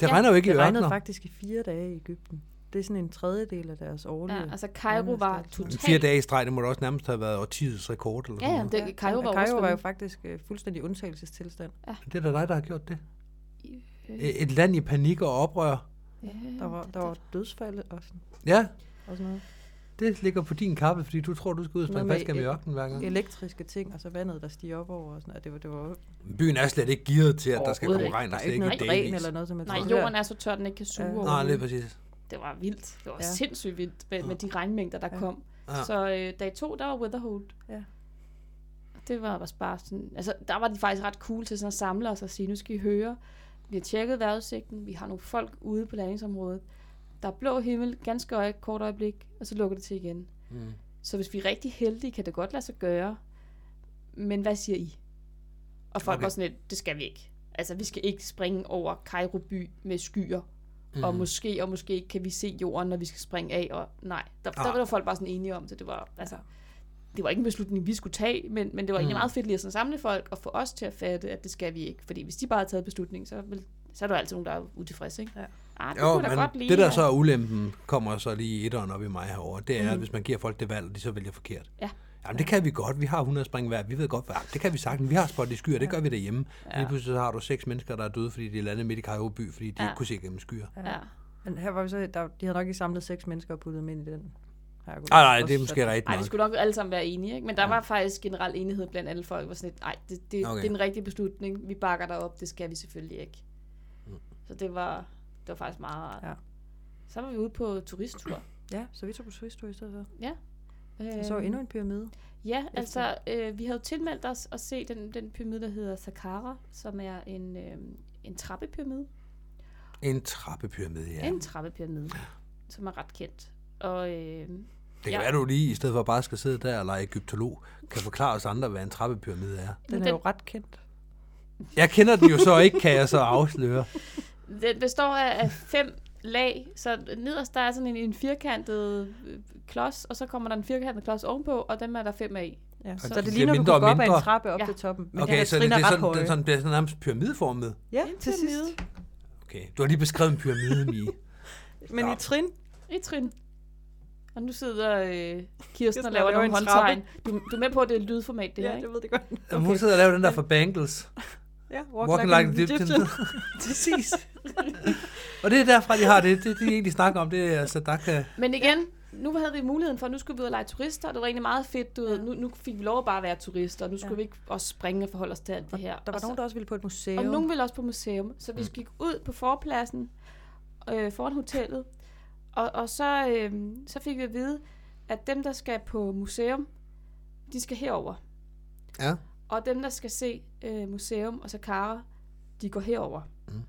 [SPEAKER 2] Det
[SPEAKER 3] Ja,
[SPEAKER 2] regner jo ikke
[SPEAKER 4] Det
[SPEAKER 2] i
[SPEAKER 4] regnede
[SPEAKER 2] ørkener.
[SPEAKER 4] faktisk i fire dage i Ægypten. Det er sådan en tredjedel af deres årlige.
[SPEAKER 3] Ja, altså Cairo var
[SPEAKER 2] Men Fire
[SPEAKER 3] totalt...
[SPEAKER 2] dage i streg, det må da også nærmest have været årtidets rekord. Eller
[SPEAKER 3] Ja,
[SPEAKER 2] sådan
[SPEAKER 3] ja,
[SPEAKER 2] noget.
[SPEAKER 3] det, Cairo var
[SPEAKER 4] Cairo var jo
[SPEAKER 3] oversvømmet.
[SPEAKER 4] faktisk øh, fuldstændig undtagelsestilstand.
[SPEAKER 2] Det er da dig, der har gjort det. Et land i panik og oprør.
[SPEAKER 4] Der var, der var dødsfald og sådan,
[SPEAKER 2] Ja,
[SPEAKER 4] og sådan noget.
[SPEAKER 2] det ligger på din kappe, fordi du tror, du skal ud og
[SPEAKER 4] Noget
[SPEAKER 2] springe
[SPEAKER 4] med
[SPEAKER 2] faldskærm i
[SPEAKER 4] el-
[SPEAKER 2] ørkenen hver gang.
[SPEAKER 4] Elektriske ting, og så vandet, der stiger op over. Og sådan, noget. det var, det var
[SPEAKER 2] Byen er slet ikke gearet til, at der skal
[SPEAKER 4] overhovedet
[SPEAKER 2] komme regn,
[SPEAKER 4] ikke. Der
[SPEAKER 2] og
[SPEAKER 4] er
[SPEAKER 2] slet
[SPEAKER 4] ikke
[SPEAKER 2] ikke i
[SPEAKER 4] noget dræn
[SPEAKER 2] dagvis.
[SPEAKER 4] eller noget, som jeg
[SPEAKER 3] Nej,
[SPEAKER 4] tror.
[SPEAKER 3] jorden er så tør, den ikke kan suge
[SPEAKER 4] Ja.
[SPEAKER 3] over.
[SPEAKER 2] Nej,
[SPEAKER 3] den.
[SPEAKER 2] lige præcis.
[SPEAKER 3] Det var vildt. Det var
[SPEAKER 4] Ja.
[SPEAKER 3] sindssygt vildt med, med de regnmængder, der kom.
[SPEAKER 2] Ja.
[SPEAKER 3] Så øh, dag to, der var Weatherhold.
[SPEAKER 4] Ja.
[SPEAKER 3] Det var også bare sådan... Altså, der var de faktisk ret cool til sådan at samle os og sige, nu skal I høre. Vi har tjekket vejrudsigten. Vi har nogle folk ude på landingsområdet. Der er blå himmel, ganske øje, kort øjeblik, og så lukker det til igen.
[SPEAKER 2] Mm.
[SPEAKER 3] Så hvis vi er rigtig heldige, kan det godt lade sig gøre. Men hvad siger I? Og folk
[SPEAKER 2] Okay.
[SPEAKER 3] okay. var sådan lidt, det skal vi ikke. Altså, vi skal ikke springe over Kairo by med skyer. Mm.
[SPEAKER 2] Mm-hmm.
[SPEAKER 3] Og måske og måske ikke kan vi se jorden, når vi skal springe af. Og nej, der, der
[SPEAKER 2] Ah.
[SPEAKER 3] var folk bare sådan enige om det. Det var, altså, det var ikke en beslutning, vi skulle tage, men, men det var
[SPEAKER 2] Mm.
[SPEAKER 3] egentlig meget fedt lige at sådan samle folk og få os til at fatte, at det skal vi ikke. Fordi hvis de bare havde taget beslutningen, så, vil, så er der jo altid nogen, der er utilfredse, ikke?
[SPEAKER 4] Ja.
[SPEAKER 3] Ah, det
[SPEAKER 2] Jo,
[SPEAKER 3] kunne da godt
[SPEAKER 2] men
[SPEAKER 3] lide.
[SPEAKER 2] det der
[SPEAKER 3] at-
[SPEAKER 2] så er ulempen, kommer så lige i etteren op i mig herover. det er, at hvis man giver folk det valg, og de så vælger forkert.
[SPEAKER 3] Ja.
[SPEAKER 2] Jamen, det kan vi godt. Vi har 100 spring hver. Vi ved godt, hvad det kan vi sagtens. Vi har spot i skyer. Det gør vi derhjemme. Ja. Lige pludselig så har du seks mennesker, der er døde, fordi de er landet midt i Kajov by, fordi de ja.
[SPEAKER 3] Ja.
[SPEAKER 2] ikke kunne se gennem skyer. Nej,
[SPEAKER 3] Ja.
[SPEAKER 4] Men her var vi så, der, de havde nok ikke samlet seks mennesker og puttet dem ind i den. Her kunne
[SPEAKER 2] nej,
[SPEAKER 4] også-
[SPEAKER 2] det er måske rigtigt
[SPEAKER 3] Nej, vi
[SPEAKER 2] nok.
[SPEAKER 3] skulle nok alle sammen være enige, ikke? men der ja. var faktisk generel enighed blandt alle folk, var sådan lidt, nej, det, det,
[SPEAKER 2] Okay.
[SPEAKER 3] okay. det er en rigtig beslutning, vi bakker dig op, det skal vi selvfølgelig ikke. Så det var, det var faktisk meget rart.
[SPEAKER 4] Ja.
[SPEAKER 3] Så var vi ude på turisttur.
[SPEAKER 4] Ja, så vi tog på Swiss i stedet for.
[SPEAKER 3] Ja.
[SPEAKER 4] Og
[SPEAKER 3] Øhm,
[SPEAKER 4] så endnu en pyramide.
[SPEAKER 3] Ja, altså, øh, vi havde jo tilmeldt os at se den, den pyramide, der hedder Saqqara, som er en, øh, en trappepyramide.
[SPEAKER 2] En trappepyramide, ja.
[SPEAKER 3] En trappepyramide, som er ret kendt. Og øh,
[SPEAKER 2] Det kan
[SPEAKER 3] Ja.
[SPEAKER 2] være, du lige, i stedet for bare skal sidde der og lege egyptolog, kan forklare os andre, hvad en trappepyramide er.
[SPEAKER 4] Den
[SPEAKER 3] Den-
[SPEAKER 4] er jo ret kendt.
[SPEAKER 2] Jeg kender den jo så ikke, kan jeg så afsløre.
[SPEAKER 3] den består af, af fem lag, så nederst der er sådan en, en firkantet øh, klods, og så kommer der en firkantet klods ovenpå, og dem er der fem af.
[SPEAKER 4] Ja. Så,
[SPEAKER 3] det
[SPEAKER 4] så det
[SPEAKER 3] bliver
[SPEAKER 4] ligner, du
[SPEAKER 2] mindre
[SPEAKER 4] kan
[SPEAKER 2] og
[SPEAKER 4] gå op ad
[SPEAKER 2] mindre.
[SPEAKER 4] en trappe op
[SPEAKER 3] Ja.
[SPEAKER 4] ja. til toppen. Men
[SPEAKER 2] Okay,
[SPEAKER 4] den
[SPEAKER 2] så det, det
[SPEAKER 4] trin
[SPEAKER 2] er
[SPEAKER 4] ret
[SPEAKER 2] sådan,
[SPEAKER 4] høje.
[SPEAKER 2] den sådan, bliver sådan nærmest pyramideformet.
[SPEAKER 4] ja,
[SPEAKER 3] En
[SPEAKER 4] til sidst.
[SPEAKER 3] pyramide.
[SPEAKER 2] Okay, du har lige beskrevet en pyramide, Mie.
[SPEAKER 4] Men i trin,
[SPEAKER 3] Et trin. Og nu sidder øh, Kirsten og
[SPEAKER 4] og
[SPEAKER 3] laver
[SPEAKER 4] laver
[SPEAKER 3] nogle
[SPEAKER 4] en
[SPEAKER 3] håndtegn. Du, du er med på, at det er lydformat, det
[SPEAKER 4] ja,
[SPEAKER 3] her, ikke?
[SPEAKER 4] det ved det godt.
[SPEAKER 2] Okay. Hun sidder og laver den der for Bangles.
[SPEAKER 4] Ja, walk,
[SPEAKER 2] Walking
[SPEAKER 4] like, an
[SPEAKER 2] like an
[SPEAKER 4] Egyptian.
[SPEAKER 2] Præcis. og det er derfra, de har det. Det, de egentlig snakker om, det er altså, der kan...
[SPEAKER 3] Men igen, nu havde vi muligheden for, at nu skulle vi ud og lege turister, og det var egentlig meget fedt. Du, ja. nu, nu fik vi lov at bare være turister, og nu skulle ja.
[SPEAKER 4] Ja.
[SPEAKER 3] vi ikke også springe og forholde os til alt det her.
[SPEAKER 4] Der var
[SPEAKER 3] og så-
[SPEAKER 4] nogen, der også ville på et museum. Mm.
[SPEAKER 3] Og nogen ville også på museum. Så vi gik ud på forpladsen øh, foran hotellet, og, og så, øh, så fik vi at vide, at dem, der skal på museum, de skal herover.
[SPEAKER 2] Ja.
[SPEAKER 3] Og dem, der skal se øh, museum og Sakara, de går herover. Mm.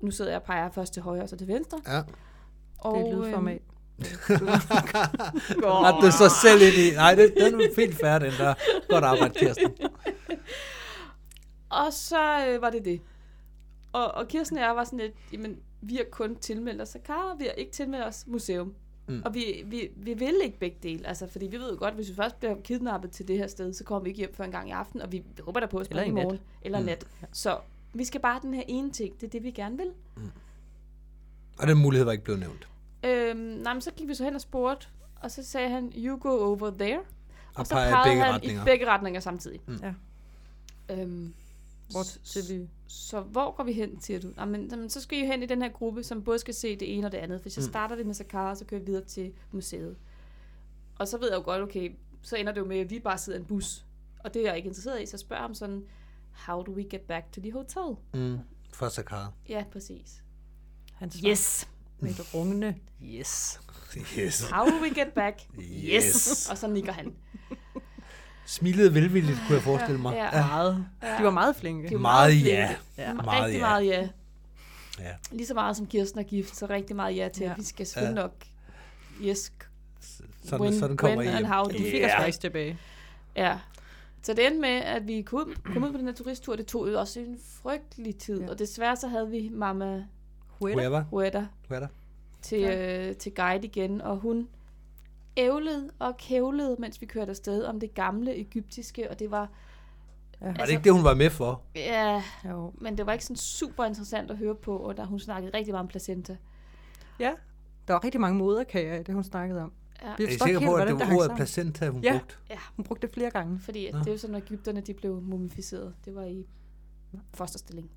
[SPEAKER 3] Nu sidder jeg og peger først til højre og så til venstre.
[SPEAKER 2] ja.
[SPEAKER 3] Og,
[SPEAKER 4] Det er et
[SPEAKER 3] øhm,
[SPEAKER 4] lydformat.
[SPEAKER 2] Ret det så selv ind i. Nej, det, den er fint færdig, den der. Godt arbejde, Kirsten.
[SPEAKER 3] og så øh, var det det. Og, og Kirsten og jeg var sådan lidt, jamen, vi har kun tilmeldt os Sakara, vi har ikke tilmeldt os museum. Mm. Og vi, vi, vi vil ikke begge dele, altså, fordi vi ved jo godt, hvis vi først bliver kidnappet til det her sted, så kommer vi ikke hjem før en gang i aften, og vi håber der på at
[SPEAKER 4] Eller
[SPEAKER 3] springe i
[SPEAKER 4] i nat.
[SPEAKER 3] morgen. Eller mm. nat. Så vi skal bare den her ene ting, det er det, vi gerne vil.
[SPEAKER 2] Og den mulighed var ikke blevet nævnt.
[SPEAKER 3] Øhm, nej, men så gik vi så hen og spurgte, og så sagde han, you go over there. Og, så
[SPEAKER 2] peger i
[SPEAKER 3] pegede
[SPEAKER 2] begge
[SPEAKER 3] han
[SPEAKER 2] retninger.
[SPEAKER 3] i begge retninger samtidig. Mm.
[SPEAKER 4] Ja.
[SPEAKER 3] Øhm,
[SPEAKER 4] Hvor til vi...
[SPEAKER 3] så hvor går vi hen, siger du? Jamen, jamen, så skal I jo hen i den her gruppe, som både skal se det ene og det andet. For så starter vi med Sakara, så kører vi videre til museet. Og så ved jeg jo godt, okay, så ender det jo med, at vi bare sidder i en bus. Og det er jeg ikke interesseret i, så spørger jeg ham sådan, how do we get back to the hotel?
[SPEAKER 2] Mm. For Sakara.
[SPEAKER 3] Ja, præcis.
[SPEAKER 4] Hans yes.
[SPEAKER 3] Yes!
[SPEAKER 4] med et rungende. Yes.
[SPEAKER 2] Yes.
[SPEAKER 3] How do we get back?
[SPEAKER 2] Yes.
[SPEAKER 3] Og så nikker han.
[SPEAKER 2] Smilede velvilligt, kunne jeg forestille mig.
[SPEAKER 3] Ja.
[SPEAKER 4] Meget. De var meget flinke.
[SPEAKER 3] var
[SPEAKER 2] Meget
[SPEAKER 3] meget
[SPEAKER 2] ja.
[SPEAKER 4] Ja.
[SPEAKER 2] Meget
[SPEAKER 3] rigtig
[SPEAKER 2] ja.
[SPEAKER 3] meget ja.
[SPEAKER 2] Ja.
[SPEAKER 3] Lige så meget som Kirsten er gift, så rigtig meget ja til, ja.
[SPEAKER 4] Ja.
[SPEAKER 3] at vi skal selvfølgelig ja. nok yes,
[SPEAKER 2] Sådan,
[SPEAKER 3] When-
[SPEAKER 2] sådan kommer
[SPEAKER 3] when
[SPEAKER 2] I
[SPEAKER 3] and
[SPEAKER 2] hjem.
[SPEAKER 3] how do
[SPEAKER 4] Du fik
[SPEAKER 2] Ja.
[SPEAKER 4] os faktisk tilbage.
[SPEAKER 3] Ja. Så det endte med, at vi kom, kom ud på den her turisttur. Det tog jo også en frygtelig tid. Ja.
[SPEAKER 4] Ja.
[SPEAKER 3] Og desværre så havde vi mamma
[SPEAKER 2] Whoever.
[SPEAKER 3] Huerta
[SPEAKER 2] Whoever.
[SPEAKER 3] til, ja. øh, til guide igen, og hun ævlede og kævlede, mens vi kørte afsted om det gamle egyptiske, og det var,
[SPEAKER 2] Var det ikke det, hun var med for?
[SPEAKER 3] ja,
[SPEAKER 4] Jo.
[SPEAKER 3] men det var ikke sådan super interessant at høre på, og der hun snakkede rigtig meget om placenta.
[SPEAKER 4] Ja. Der var rigtig mange moderkager i det, hun snakkede om.
[SPEAKER 3] Ja.
[SPEAKER 4] Vi
[SPEAKER 2] Er I
[SPEAKER 4] forstår
[SPEAKER 2] sikker
[SPEAKER 4] ikke
[SPEAKER 2] på,
[SPEAKER 4] helt,
[SPEAKER 2] at det
[SPEAKER 4] hvordan
[SPEAKER 2] var
[SPEAKER 4] hang
[SPEAKER 2] ordet
[SPEAKER 4] sammen.
[SPEAKER 2] placenta, hun
[SPEAKER 4] Ja.
[SPEAKER 2] brugte?
[SPEAKER 3] Ja,
[SPEAKER 4] Hun brugte det flere gange.
[SPEAKER 3] fordi at det er jo sådan, når Ægypterne de blev mumificeret. Det var i fosterstilling.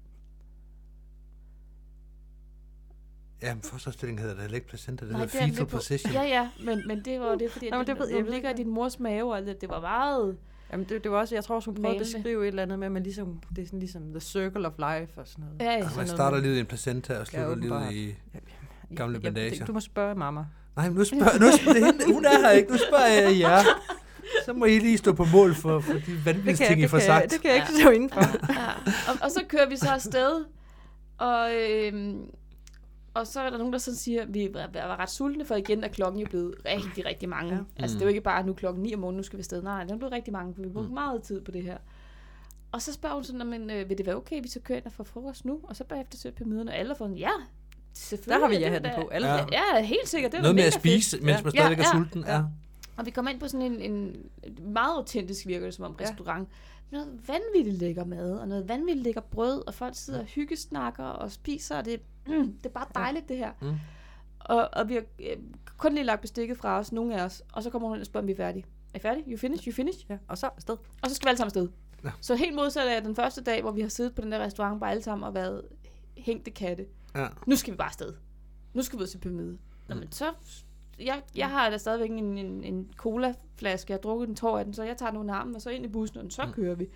[SPEAKER 2] Ja, men fosterstilling hedder det heller ikke placenta. Det
[SPEAKER 3] Nej,
[SPEAKER 2] hedder
[SPEAKER 3] er jeg
[SPEAKER 2] fetal
[SPEAKER 3] med på.
[SPEAKER 2] position.
[SPEAKER 3] Ja, ja, men, men det var jo det, fordi at
[SPEAKER 4] Nå, men det
[SPEAKER 3] det,
[SPEAKER 4] ved
[SPEAKER 3] det,
[SPEAKER 4] jeg
[SPEAKER 3] det
[SPEAKER 4] ved
[SPEAKER 3] ligger i
[SPEAKER 4] jeg.
[SPEAKER 3] din mors mave, og alt det, det var meget...
[SPEAKER 4] Jamen, det, det var også, jeg tror også, hun prøvede at
[SPEAKER 3] Malende.
[SPEAKER 4] beskrive et eller andet med, at man ligesom, det er sådan ligesom the circle of life og sådan noget.
[SPEAKER 3] Ja,
[SPEAKER 2] Altså, man
[SPEAKER 4] noget
[SPEAKER 2] starter
[SPEAKER 4] med-
[SPEAKER 2] livet i en placenta og slutter livet
[SPEAKER 4] åbenbart.
[SPEAKER 2] i...
[SPEAKER 4] Ja,
[SPEAKER 2] Gamle
[SPEAKER 4] ja,
[SPEAKER 2] bandager.
[SPEAKER 4] det- Du må spørge mamma.
[SPEAKER 2] Nej, men nu spørger, nu spørger det er hende, hun er her ikke. Nu spørger jeg jer. Så må I lige stå på mål for, for de vanvittige ting, I
[SPEAKER 4] det,
[SPEAKER 2] får
[SPEAKER 4] kan,
[SPEAKER 2] sagt.
[SPEAKER 4] det kan jeg ikke stå indenfor.
[SPEAKER 3] Ja. Og, og så kører vi så afsted, og, øhm, og så er der nogen, der sådan siger, at vi var, var ret sultne, for igen er klokken jo blevet rigtig, rigtig mange. Ja. Altså
[SPEAKER 4] Mm.
[SPEAKER 3] det er jo ikke bare nu klokken 9 om morgenen, nu skal vi afsted. Nej, den er blevet rigtig mange, for vi brugte meget tid på det her. Og så spørger hun sådan, men øh, vil det være okay, hvis jeg kører ind og får frokost nu? Og så bagefter søger pyramiderne, og alle får sådan, ja, selvfølgelig.
[SPEAKER 4] Der har vi
[SPEAKER 3] det er
[SPEAKER 4] ja-hatten
[SPEAKER 3] da-
[SPEAKER 4] på, alle
[SPEAKER 2] Ja.
[SPEAKER 4] ja.
[SPEAKER 3] Ja, helt sikkert. Det var
[SPEAKER 2] Noget med
[SPEAKER 3] mega
[SPEAKER 2] at spise,
[SPEAKER 3] fedt.
[SPEAKER 2] mens man stadigvæk
[SPEAKER 3] Ja,
[SPEAKER 2] er
[SPEAKER 3] ja.
[SPEAKER 2] sulten. Ja.
[SPEAKER 3] Og vi kommer ind på sådan en, en meget autentisk virker det som om restaurant. Ja. Noget vanvittigt lækker mad, og noget vanvittigt lækker brød, og folk sidder og hyggesnakker og spiser, og det, mm, det er bare dejligt det her.
[SPEAKER 2] Mm.
[SPEAKER 3] Og, og vi har øh, kun lige lagt bestikket fra os, nogle af os, og så kommer hun ind og spørger, om vi er færdige. Er I færdige? You finish? You finish?
[SPEAKER 4] Ja, og så afsted.
[SPEAKER 3] Og så skal vi alle sammen afsted.
[SPEAKER 2] Ja.
[SPEAKER 3] Ja. Så helt modsat af den første dag, hvor vi har siddet på den der restaurant, bare alle sammen og været hængte katte
[SPEAKER 2] ja.
[SPEAKER 3] nu skal vi bare afsted. Nu skal vi ud til pyramide. Nå, men så... Jeg, jeg har da stadigvæk en, en, en colaflaske. Jeg har drukket en tår af den, så jeg tager den under armen, og så ind i bussen, og så kører vi.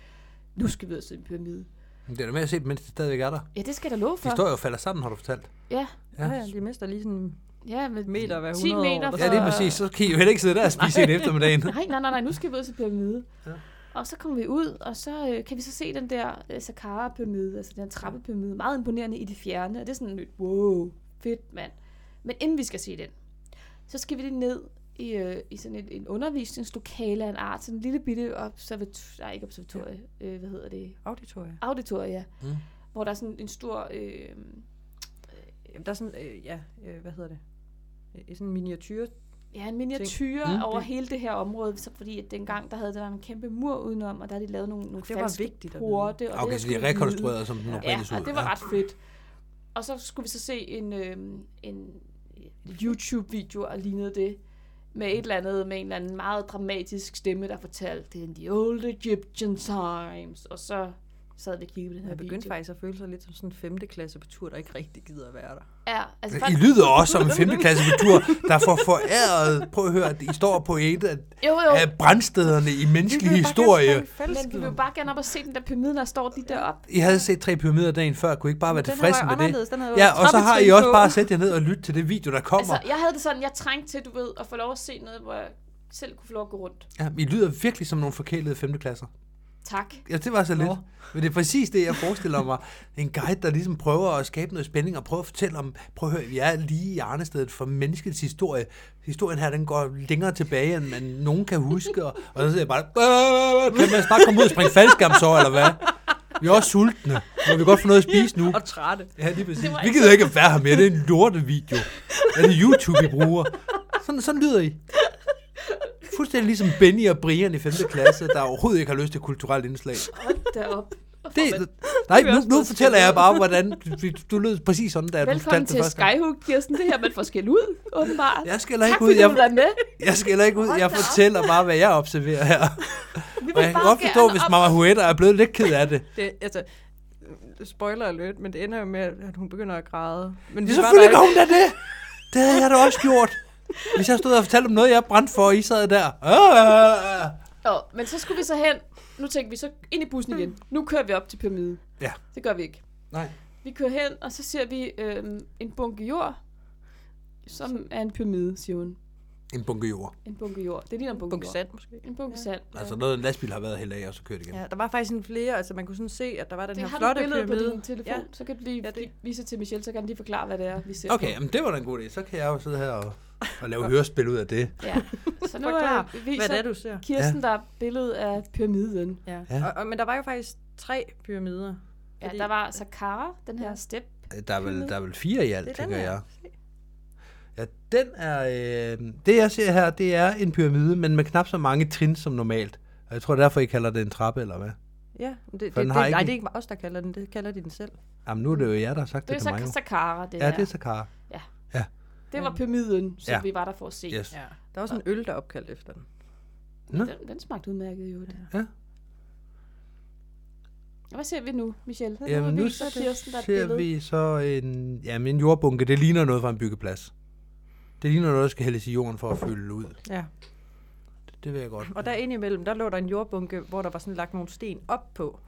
[SPEAKER 3] Nu skal vi ud til en pyramide.
[SPEAKER 2] Men Det er da med at se, mens det stadigvæk er der.
[SPEAKER 3] Ja, det skal jeg da love for.
[SPEAKER 2] De står jo og falder sammen, har du fortalt.
[SPEAKER 3] Ja,
[SPEAKER 4] Ja, ja, de mister lige sådan en
[SPEAKER 3] ja, men...
[SPEAKER 4] meter hver
[SPEAKER 3] 10
[SPEAKER 4] 100
[SPEAKER 3] meter
[SPEAKER 4] år.
[SPEAKER 2] Ja, det er præcis. Så kan I jo heller ikke sidde der og spise en eftermiddagen.
[SPEAKER 3] Nej, nej, nej, nej, nu skal vi ud til pyramide. Ja. Og så kommer vi ud, og så øh, kan vi så se den der øh, Saqqara-pyramide, altså den her trappepyramide, meget imponerende i det fjerne, og det er sådan lidt, wow, fedt mand. Men inden vi skal se den, så skal vi lige ned i, øh, i sådan et, en undervisningslokale af en art, sådan en lille bitte observator, nej ikke observatorie, øh, hvad hedder det,
[SPEAKER 4] Auditorie.
[SPEAKER 3] auditoria,
[SPEAKER 2] Mm.
[SPEAKER 3] mm. hvor der er sådan en stor, øh,
[SPEAKER 4] Jamen, der er sådan, øh, ja, øh, hvad hedder det? Øh, sådan en miniature.
[SPEAKER 3] ja, en miniatyre
[SPEAKER 2] Mm.
[SPEAKER 3] mm. over hele det her område, så fordi at dengang der havde der var en kæmpe mur udenom, og der havde de lavet nogle, nogle
[SPEAKER 4] Det var
[SPEAKER 3] falske
[SPEAKER 4] vigtigt at vide.
[SPEAKER 3] porte. Og
[SPEAKER 2] Okay,
[SPEAKER 3] her
[SPEAKER 2] så de
[SPEAKER 3] skulle
[SPEAKER 2] er
[SPEAKER 3] vi vide.
[SPEAKER 2] rekonstrueret, som den
[SPEAKER 3] Ja,
[SPEAKER 2] oprindeligt så ud.
[SPEAKER 3] og det var ret fedt. Og så skulle vi så se en, øh, en YouTube-video, og lignede det, med et eller andet, med en eller anden meget dramatisk stemme, der fortalte, in the old Egyptian times, og så sad vi og kiggede på den her
[SPEAKER 4] Jeg begyndte
[SPEAKER 3] video.
[SPEAKER 4] faktisk at føle sig lidt som sådan en femte klasse på tur, der ikke rigtig gider at være der.
[SPEAKER 3] Ja, altså
[SPEAKER 2] I
[SPEAKER 3] faktisk,
[SPEAKER 2] lyder også som en 5. klasse på tur, der får foræret. Prøv at høre, at I står på et af,
[SPEAKER 3] jo, jo,
[SPEAKER 2] af brandstederne i menneskelig historie.
[SPEAKER 3] men vi vil jo bare gerne op og se den der pyramide, der står lige deroppe.
[SPEAKER 2] I havde set tre pyramider dagen før, kunne I ikke bare være
[SPEAKER 4] den her
[SPEAKER 2] tilfredse
[SPEAKER 4] var jo
[SPEAKER 2] med
[SPEAKER 4] anderledes,
[SPEAKER 2] det?
[SPEAKER 4] den havde jo
[SPEAKER 2] ja, og så har I
[SPEAKER 4] trappetrin
[SPEAKER 2] også
[SPEAKER 4] på.
[SPEAKER 2] bare sat jer ned og lyttet til det video, der kommer.
[SPEAKER 3] Altså, jeg havde det sådan, jeg trængte til, du ved, at få lov at se noget, hvor jeg selv kunne få lov at gå rundt.
[SPEAKER 2] Ja, I lyder virkelig som nogle forkælede 5. klasser.
[SPEAKER 3] Tak.
[SPEAKER 2] Ja, det var så lidt. Men det er præcis det, jeg forestiller mig. En guide, der ligesom prøver at skabe noget spænding og prøver at fortælle om, prøv at høre, vi er lige i arnestedet for menneskets historie. Historien her, den går længere tilbage, end man nogen kan huske. Og, og så sidder jeg bare, "Øh, kan man snart komme ud og springe faldskærm så, eller hvad? Vi er også sultne. Må vi godt få noget at spise nu?
[SPEAKER 4] Og trætte.
[SPEAKER 2] Ja, lige præcis.
[SPEAKER 3] Det var altså-
[SPEAKER 2] Vi
[SPEAKER 3] ikke
[SPEAKER 2] gider ikke at være her mere. Det er en lortevideo. Er det YouTube, I bruger? Sådan, sådan lyder I. Fuldstændig ligesom Benny og Brian i 5. klasse, der overhovedet ikke har lyst til kulturelt indslag.
[SPEAKER 3] Hold da op.
[SPEAKER 2] Det, nej,
[SPEAKER 4] Det er
[SPEAKER 2] nu, nu
[SPEAKER 4] også blevet
[SPEAKER 2] fortæller jeg bare, hvordan du, du lød præcis sådan, da du
[SPEAKER 3] Velkommen
[SPEAKER 2] fortalte det
[SPEAKER 3] til
[SPEAKER 2] første. gang.
[SPEAKER 3] Skyhook, Kirsten. Det her, man får skæld ud, åbenbart.
[SPEAKER 2] Jeg skælder
[SPEAKER 3] tak,
[SPEAKER 2] ikke ud.
[SPEAKER 3] fordi
[SPEAKER 2] Jeg,
[SPEAKER 3] du vil være med.
[SPEAKER 2] jeg skælder ikke ud.
[SPEAKER 3] Hold
[SPEAKER 2] Jeg
[SPEAKER 3] da op.
[SPEAKER 2] fortæller bare, hvad jeg observerer her.
[SPEAKER 3] Vi
[SPEAKER 2] Og jeg kan godt forstå, hvis Mama Huetta er blevet lidt ked af det.
[SPEAKER 4] Det, altså, øh, spoiler alert, men det ender jo med, at hun begynder at græde. Men
[SPEAKER 2] Det
[SPEAKER 4] vi
[SPEAKER 2] er
[SPEAKER 4] var
[SPEAKER 2] selvfølgelig
[SPEAKER 4] der
[SPEAKER 2] gør hun da det. Det havde jeg da også gjort. Hvis jeg stod og fortalte om noget, jeg brændte for, og I sad der. Øh.
[SPEAKER 3] Nå, men så skulle vi så hen. Nu tænkte vi så ind i bussen igen. Nu kører vi op til pyramiden.
[SPEAKER 2] Ja.
[SPEAKER 3] Det gør vi ikke.
[SPEAKER 2] Nej.
[SPEAKER 3] Vi kører hen, og så ser vi øhm, en bunke jord, som er en pyramide, siger hun.
[SPEAKER 2] En bunke jord.
[SPEAKER 3] En bunke jord. Det ligner en bunke,
[SPEAKER 4] Bunke
[SPEAKER 3] jord.
[SPEAKER 4] sand, måske.
[SPEAKER 3] En bunke sand. Ja.
[SPEAKER 2] Altså noget, en lastbil har været helt af, og så kørt igen.
[SPEAKER 4] Ja, der var faktisk en flere, altså man kunne sådan se, at der var den
[SPEAKER 3] det
[SPEAKER 4] her
[SPEAKER 3] har du et
[SPEAKER 4] flotte
[SPEAKER 3] billede på
[SPEAKER 4] pyramide.
[SPEAKER 3] din telefon,
[SPEAKER 4] Ja.
[SPEAKER 3] ja. så kan du lige
[SPEAKER 4] Ja, det-
[SPEAKER 3] ja, vise til Michelle, så kan han lige forklare, hvad det er, vi ser
[SPEAKER 2] Okay, jamen det var da en god idé. Så kan jeg jo sidde her og, og lave hørespil ud af det.
[SPEAKER 3] på. Ja. Så nu
[SPEAKER 4] Forklar,
[SPEAKER 3] øh,
[SPEAKER 4] hvad det er,
[SPEAKER 3] viser
[SPEAKER 4] du ser.
[SPEAKER 3] Kirsten, der er billedet af pyramiden.
[SPEAKER 4] Ja.
[SPEAKER 2] Ja.
[SPEAKER 4] ja. Og, og, men der var jo faktisk tre pyramider.
[SPEAKER 3] Ja,
[SPEAKER 4] Fordi-
[SPEAKER 3] der var Sakara, den her
[SPEAKER 4] Ja.
[SPEAKER 3] step.
[SPEAKER 2] Der er vel, der er vel fire i alt,
[SPEAKER 4] Det er den
[SPEAKER 2] tænker
[SPEAKER 4] her.
[SPEAKER 2] jeg. Ja, den er... Øh, det, jeg ser her, det er en pyramide, men med knap så mange trin som normalt. Og jeg tror, derfor I kalder det en trappe, eller hvad?
[SPEAKER 4] Ja, men det, det,
[SPEAKER 2] For
[SPEAKER 4] det,
[SPEAKER 2] den har ikke
[SPEAKER 4] nej,
[SPEAKER 2] en-
[SPEAKER 4] det er ikke os, der kalder den. Det kalder de den selv.
[SPEAKER 2] Jamen, nu er det jo jer, der har sagt
[SPEAKER 3] Det
[SPEAKER 2] det,
[SPEAKER 3] er
[SPEAKER 2] til mig.
[SPEAKER 3] så
[SPEAKER 2] jo.
[SPEAKER 3] Sakara, det
[SPEAKER 2] Ja,
[SPEAKER 3] der.
[SPEAKER 2] det er Sakara.
[SPEAKER 3] Det var pyramiden, som
[SPEAKER 2] Ja.
[SPEAKER 3] ja. vi var der for at se.
[SPEAKER 2] Yes.
[SPEAKER 4] Ja. Der er også en øl, der er opkaldt efter den.
[SPEAKER 2] Nå.
[SPEAKER 3] Den, den smagte udmærket jo. Det.
[SPEAKER 2] Ja.
[SPEAKER 3] Og Hvad ser vi nu, Michelle?
[SPEAKER 2] Jamen, nu
[SPEAKER 3] viser Kirsten, der er et
[SPEAKER 2] ser
[SPEAKER 3] billede.
[SPEAKER 2] vi så en, jamen, en jordbunke. Det ligner noget fra en byggeplads. Det ligner noget, der skal hældes i jorden for at fylde ud.
[SPEAKER 4] Ja.
[SPEAKER 2] Det vil jeg godt.
[SPEAKER 4] Og der indimellem, der lå der en jordbunke, hvor der var sådan lagt nogle sten op på.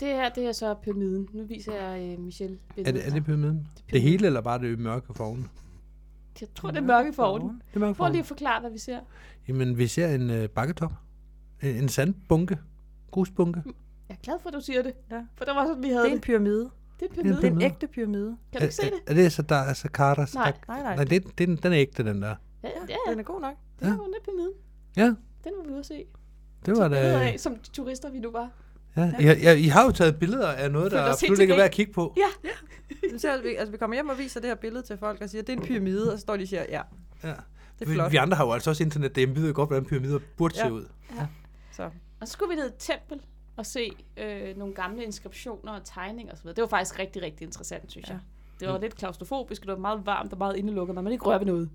[SPEAKER 3] Det her, det er så pyramiden. Nu viser jeg øh, Michelle
[SPEAKER 2] Er
[SPEAKER 3] billedet.
[SPEAKER 2] det, er det pyramiden? Det hele, eller bare det mørke foran?
[SPEAKER 3] Jeg tror, det er mørke fororden.
[SPEAKER 2] Det er mørke
[SPEAKER 3] Prøv lige
[SPEAKER 2] foran.
[SPEAKER 3] at forklare, hvad vi ser.
[SPEAKER 2] Jamen, vi ser en øh, bakketop. En, en sandbunke. Grusbunke.
[SPEAKER 3] Jeg er glad for, at du siger det.
[SPEAKER 4] Ja.
[SPEAKER 3] For det var sådan, vi havde
[SPEAKER 4] Det
[SPEAKER 3] det.
[SPEAKER 4] er en pyramide.
[SPEAKER 3] Det er
[SPEAKER 4] Det er
[SPEAKER 3] pyramiden.
[SPEAKER 4] en ægte pyramide.
[SPEAKER 3] Kan du ikke se
[SPEAKER 2] er,
[SPEAKER 3] det?
[SPEAKER 2] er, er det så der er så Carter?
[SPEAKER 3] Nej.
[SPEAKER 4] Nej, nej.
[SPEAKER 2] Nej, det, det, er den- den er ægte, den der.
[SPEAKER 3] Ja, ja, ja.
[SPEAKER 4] Den er god nok.
[SPEAKER 3] Det
[SPEAKER 2] Ja.
[SPEAKER 3] var den er pyramiden.
[SPEAKER 2] Ja, Øh.
[SPEAKER 3] Den var vi ude at se.
[SPEAKER 2] det var
[SPEAKER 3] Tog
[SPEAKER 2] da...
[SPEAKER 3] billeder af, som turister vi nu var.
[SPEAKER 2] Ja. I, har- I, har jo taget billeder af noget, der
[SPEAKER 3] Føler os helt
[SPEAKER 2] absolut ikke er værd
[SPEAKER 3] tilbage.
[SPEAKER 2] at kigge på.
[SPEAKER 3] Ja,
[SPEAKER 4] Så ser vi, altså, vi kommer hjem og viser det her billede til folk og siger, det er en pyramide, og så står de og siger, ja,
[SPEAKER 2] Ja.
[SPEAKER 4] det er
[SPEAKER 2] Vi,
[SPEAKER 4] flot.
[SPEAKER 2] vi andre har jo altså også internet, det ved jo godt, hvordan pyramider burde
[SPEAKER 4] Ja.
[SPEAKER 2] se ud.
[SPEAKER 4] Så.
[SPEAKER 3] Og så skulle vi ned i et tempel og se øh, nogle gamle inskriptioner og tegninger osv. Det var faktisk rigtig, rigtig interessant, synes
[SPEAKER 4] Ja.
[SPEAKER 3] ja. jeg. Det
[SPEAKER 2] Mm.
[SPEAKER 3] var lidt klaustrofobisk, og det var meget varmt og meget indelukket, men man ikke rører ved noget.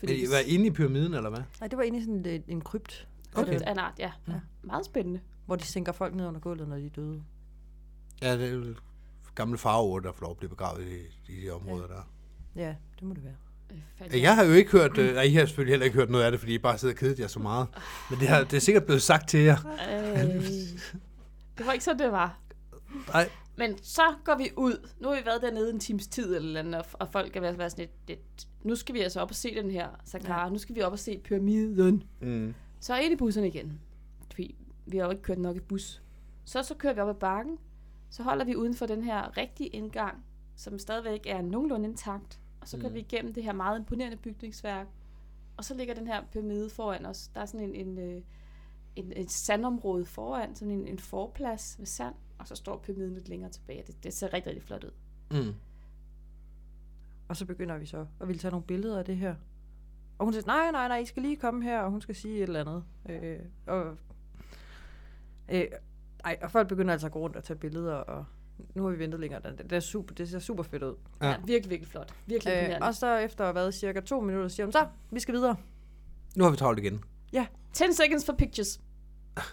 [SPEAKER 2] Vil
[SPEAKER 3] Fordi
[SPEAKER 2] I være inde i pyramiden, eller hvad?
[SPEAKER 4] Nej, det var inde i sådan en, en krypt,
[SPEAKER 2] Okay.
[SPEAKER 3] okay. en art, ja. ja. Meget spændende.
[SPEAKER 4] hvor de sænker folk ned under gulvet, når de er døde.
[SPEAKER 2] Ja, det er jo gamle farver, der får lov at blive begravet i, i de områder der.
[SPEAKER 4] Ja, det må det være.
[SPEAKER 3] Øh, fandt jeg.
[SPEAKER 2] Jeg har jo ikke hørt, øh, nej, I har selvfølgelig heller ikke hørt noget af det, fordi I bare sidder og kedet jer så meget.
[SPEAKER 3] Ah.
[SPEAKER 2] Men det, har, det er sikkert blevet sagt til jer.
[SPEAKER 3] Øh, det var ikke sådan, det var. Ah.
[SPEAKER 2] Nej,
[SPEAKER 3] Men så går vi ud. Nu har vi været dernede en times tid eller andet, og folk er ved at være sådan lidt, lidt, nu skal vi altså op og se den her Sakara, ja. nu skal vi op og se pyramiden.
[SPEAKER 2] mm.
[SPEAKER 3] Så ind i busserne igen. Fordi vi har jo ikke kørt nok i bus. Så, så kører vi op ad bakken, så holder vi uden for den her rigtige indgang, som stadigvæk er nogenlunde intakt, og så kører
[SPEAKER 2] Mm.
[SPEAKER 3] mm. vi igennem det her meget imponerende bygningsværk, og så ligger den her pyramide foran os. Der er sådan en, en, øh, en, et sandområde foran, sådan en, en forplads med sand, og så står pyramiden lidt længere tilbage. Det, det ser rigtig, rigtig flot ud.
[SPEAKER 2] Mm.
[SPEAKER 4] Og så begynder vi så at ville tage nogle billeder af det her. Og hun siger, nej, nej, nej, I skal lige komme her, og hun skal sige et eller andet. Øh, og, øh, ej, og folk begynder altså at gå rundt og tage billeder, og nu har vi ventet længere. Det, det, er super, det ser super fedt ud.
[SPEAKER 2] Ja.
[SPEAKER 3] Ja. ja virkelig, virkelig flot. Virkelig
[SPEAKER 4] Øh,
[SPEAKER 3] imponerende.
[SPEAKER 4] og så efter at have været cirka to minutter, siger hun, så, vi skal videre.
[SPEAKER 2] Nu har vi travlt igen.
[SPEAKER 3] 10 seconds for pictures.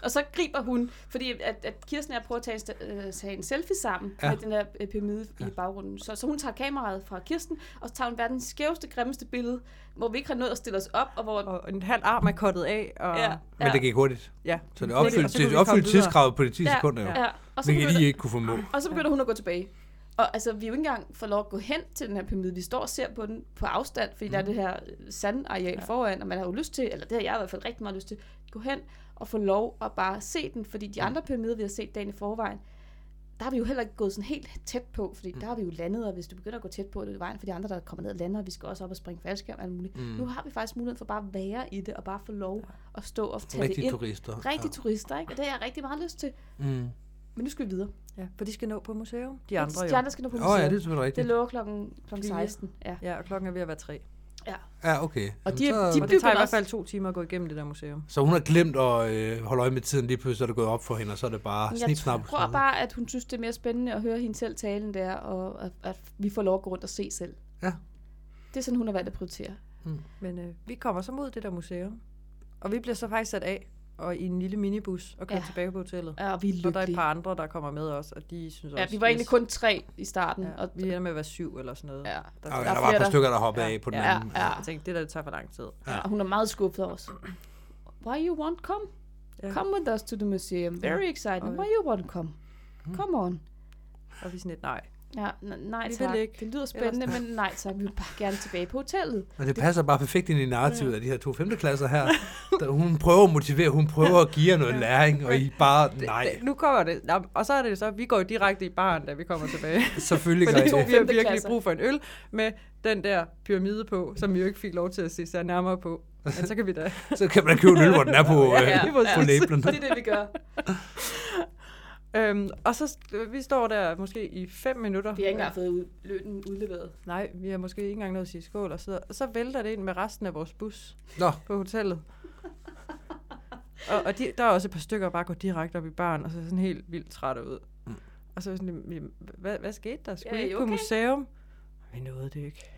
[SPEAKER 3] Og så griber hun, fordi at, at Kirsten og jeg prøver at tage en, sta- øh, tage en selfie sammen
[SPEAKER 2] Ja.
[SPEAKER 3] ja. med den der øh, pyramide ja.
[SPEAKER 2] Ja.
[SPEAKER 3] i baggrunden. Så, så hun tager kameraet fra Kirsten, og så tager hun verdens skæveste, grimmeste billede, hvor vi ikke har nået at stille os op, og hvor...
[SPEAKER 4] Og en halv arm er kottet af, og
[SPEAKER 3] ja,
[SPEAKER 2] Men det gik hurtigt.
[SPEAKER 4] ja.
[SPEAKER 2] Så det
[SPEAKER 4] Og
[SPEAKER 2] opfyldte,
[SPEAKER 4] så kunne vi
[SPEAKER 2] det
[SPEAKER 4] komme
[SPEAKER 2] opfyldte
[SPEAKER 4] videre.
[SPEAKER 2] tidskravet på de 10 sekunder, jo.
[SPEAKER 3] ja, ja. Og, så
[SPEAKER 2] Hvilket I
[SPEAKER 3] begynder,
[SPEAKER 2] ikke kunne formå.
[SPEAKER 3] og så begynder hun at gå tilbage. Og altså, vi er jo ikke engang får lov at gå hen til den her pyramide. Vi står og ser på den på afstand, fordi mm. der er det her øh, sandareal ja. foran, og man har jo lyst til, eller det har jeg i hvert fald rigtig meget lyst til, at gå hen og få lov at bare se den, fordi de andre pyramider, vi har set dagen i forvejen, der har vi jo heller ikke gået sådan helt tæt på, fordi mm. der har vi jo landet, og hvis du begynder at gå tæt på, er det jo vejen for de andre, der kommer ned og lander, og vi skal også op og springe faldskærm og alt muligt. Mm. Nu har vi faktisk muligheden for bare at være i det, og bare få lov at stå og tage det
[SPEAKER 2] Rigtige
[SPEAKER 3] ind.
[SPEAKER 2] turister.
[SPEAKER 3] Rigtig turister, ikke? Og det har jeg rigtig meget lyst til.
[SPEAKER 2] ja. mm.
[SPEAKER 3] Men nu skal vi videre.
[SPEAKER 4] Ja, for de skal nå på museum, de andre
[SPEAKER 3] de
[SPEAKER 4] jo.
[SPEAKER 3] andre skal nå på
[SPEAKER 2] Åh oh,
[SPEAKER 3] museet.
[SPEAKER 2] ja, det er selvfølgelig
[SPEAKER 3] det
[SPEAKER 2] rigtigt.
[SPEAKER 3] lover klokken, klokken
[SPEAKER 4] Fire.
[SPEAKER 3] 16. Ja.
[SPEAKER 4] Ja, og klokken er ved at være tre.
[SPEAKER 3] ja.
[SPEAKER 2] Ja, okay.
[SPEAKER 3] Og
[SPEAKER 2] Jamen,
[SPEAKER 3] de-
[SPEAKER 2] så,
[SPEAKER 3] de
[SPEAKER 4] Og det
[SPEAKER 3] Bygger
[SPEAKER 4] tager i hvert
[SPEAKER 3] også.
[SPEAKER 4] fald to timer at gå igennem det der museum.
[SPEAKER 2] så hun har glemt at øh, holde øje med tiden. Lige pludselig er det gået op for hende, og så er det bare snip, Ah, snap.
[SPEAKER 3] Jeg tror bare, at hun synes, det er mere spændende at høre hende selv talen der, og at, at vi får lov at gå rundt og se selv.
[SPEAKER 2] Ja.
[SPEAKER 3] Det er sådan, hun har valgt at prioritere.
[SPEAKER 4] Men øh, vi kommer så mod det der museum. Og vi bliver så faktisk sat af og i en lille minibus og kører ja.
[SPEAKER 3] Ja.
[SPEAKER 4] tilbage på hotellet.
[SPEAKER 3] Ja, og vi er
[SPEAKER 4] Og der er et
[SPEAKER 3] lykkelige.
[SPEAKER 4] par andre, der kommer med os, og de synes også...
[SPEAKER 3] Ja, vi var egentlig
[SPEAKER 4] yes.
[SPEAKER 3] kun tre i starten. Ja,
[SPEAKER 4] Ja,
[SPEAKER 3] og
[SPEAKER 4] vi ender med at være syv eller sådan noget.
[SPEAKER 3] Ja.
[SPEAKER 4] Der,
[SPEAKER 2] Og
[SPEAKER 3] der
[SPEAKER 2] der,
[SPEAKER 3] er
[SPEAKER 2] der var et
[SPEAKER 3] flere,
[SPEAKER 2] par
[SPEAKER 3] der-
[SPEAKER 2] stykker, der hoppede
[SPEAKER 4] Ja,
[SPEAKER 2] af på den
[SPEAKER 3] ja,
[SPEAKER 2] anden.
[SPEAKER 3] ja.
[SPEAKER 4] Jeg tænkte, det der det tager for lang tid.
[SPEAKER 3] ja. og hun er meget skuffet over os. Why you want come?
[SPEAKER 4] Ja.
[SPEAKER 3] Come with us to the museum. Very exciting. Why you want come? Come on.
[SPEAKER 4] Og vi er sådan lidt, Mm. nej.
[SPEAKER 3] Ja, n- nej
[SPEAKER 4] Vi vil
[SPEAKER 3] tak.
[SPEAKER 4] ikke.
[SPEAKER 3] Det lyder spændende, men nej tak. Vi vil bare gerne tilbage på hotellet.
[SPEAKER 2] Og det passer bare perfekt ind i narrativet af de her to femteklasser her. Der, hun prøver at motivere, hun prøver at give jer noget læring, og I bare, nej,
[SPEAKER 4] Det, nu kommer det. Nå, og så er det så, vi går jo direkte i baren, da vi kommer tilbage.
[SPEAKER 2] selvfølgelig gør
[SPEAKER 4] Fordi
[SPEAKER 2] I
[SPEAKER 4] to,
[SPEAKER 2] det.
[SPEAKER 4] vi har virkelig
[SPEAKER 3] Femteklasser.
[SPEAKER 4] brug for en øl med den der pyramide på, som vi jo ikke fik lov til at se sig nærmere på. Men så kan vi da...
[SPEAKER 2] Så kan man købe en øl, hvor den er på, øh,
[SPEAKER 4] ja.
[SPEAKER 2] på labelen.
[SPEAKER 3] Det er det, vi gør.
[SPEAKER 4] Øhm, og så vi står der måske i fem minutter.
[SPEAKER 3] Vi har ikke engang fået ud, lønnen udleveret.
[SPEAKER 4] Nej, vi har måske ikke engang nået at sige skål og sidder. Og så vælter det ind med resten af vores bus
[SPEAKER 2] Nå,
[SPEAKER 4] på hotellet. og og de, der er også et par stykker, der bare går direkte op i baren, og så er sådan helt vildt trætte ud. Mm. Og så er jeg sådan, lidt, "Jamen, hvad, hvad skete der? Skulle
[SPEAKER 3] Ja,
[SPEAKER 4] ja,
[SPEAKER 3] er
[SPEAKER 4] ikke
[SPEAKER 3] I
[SPEAKER 4] på
[SPEAKER 3] okay?"
[SPEAKER 4] museum? Vi nåede det ikke.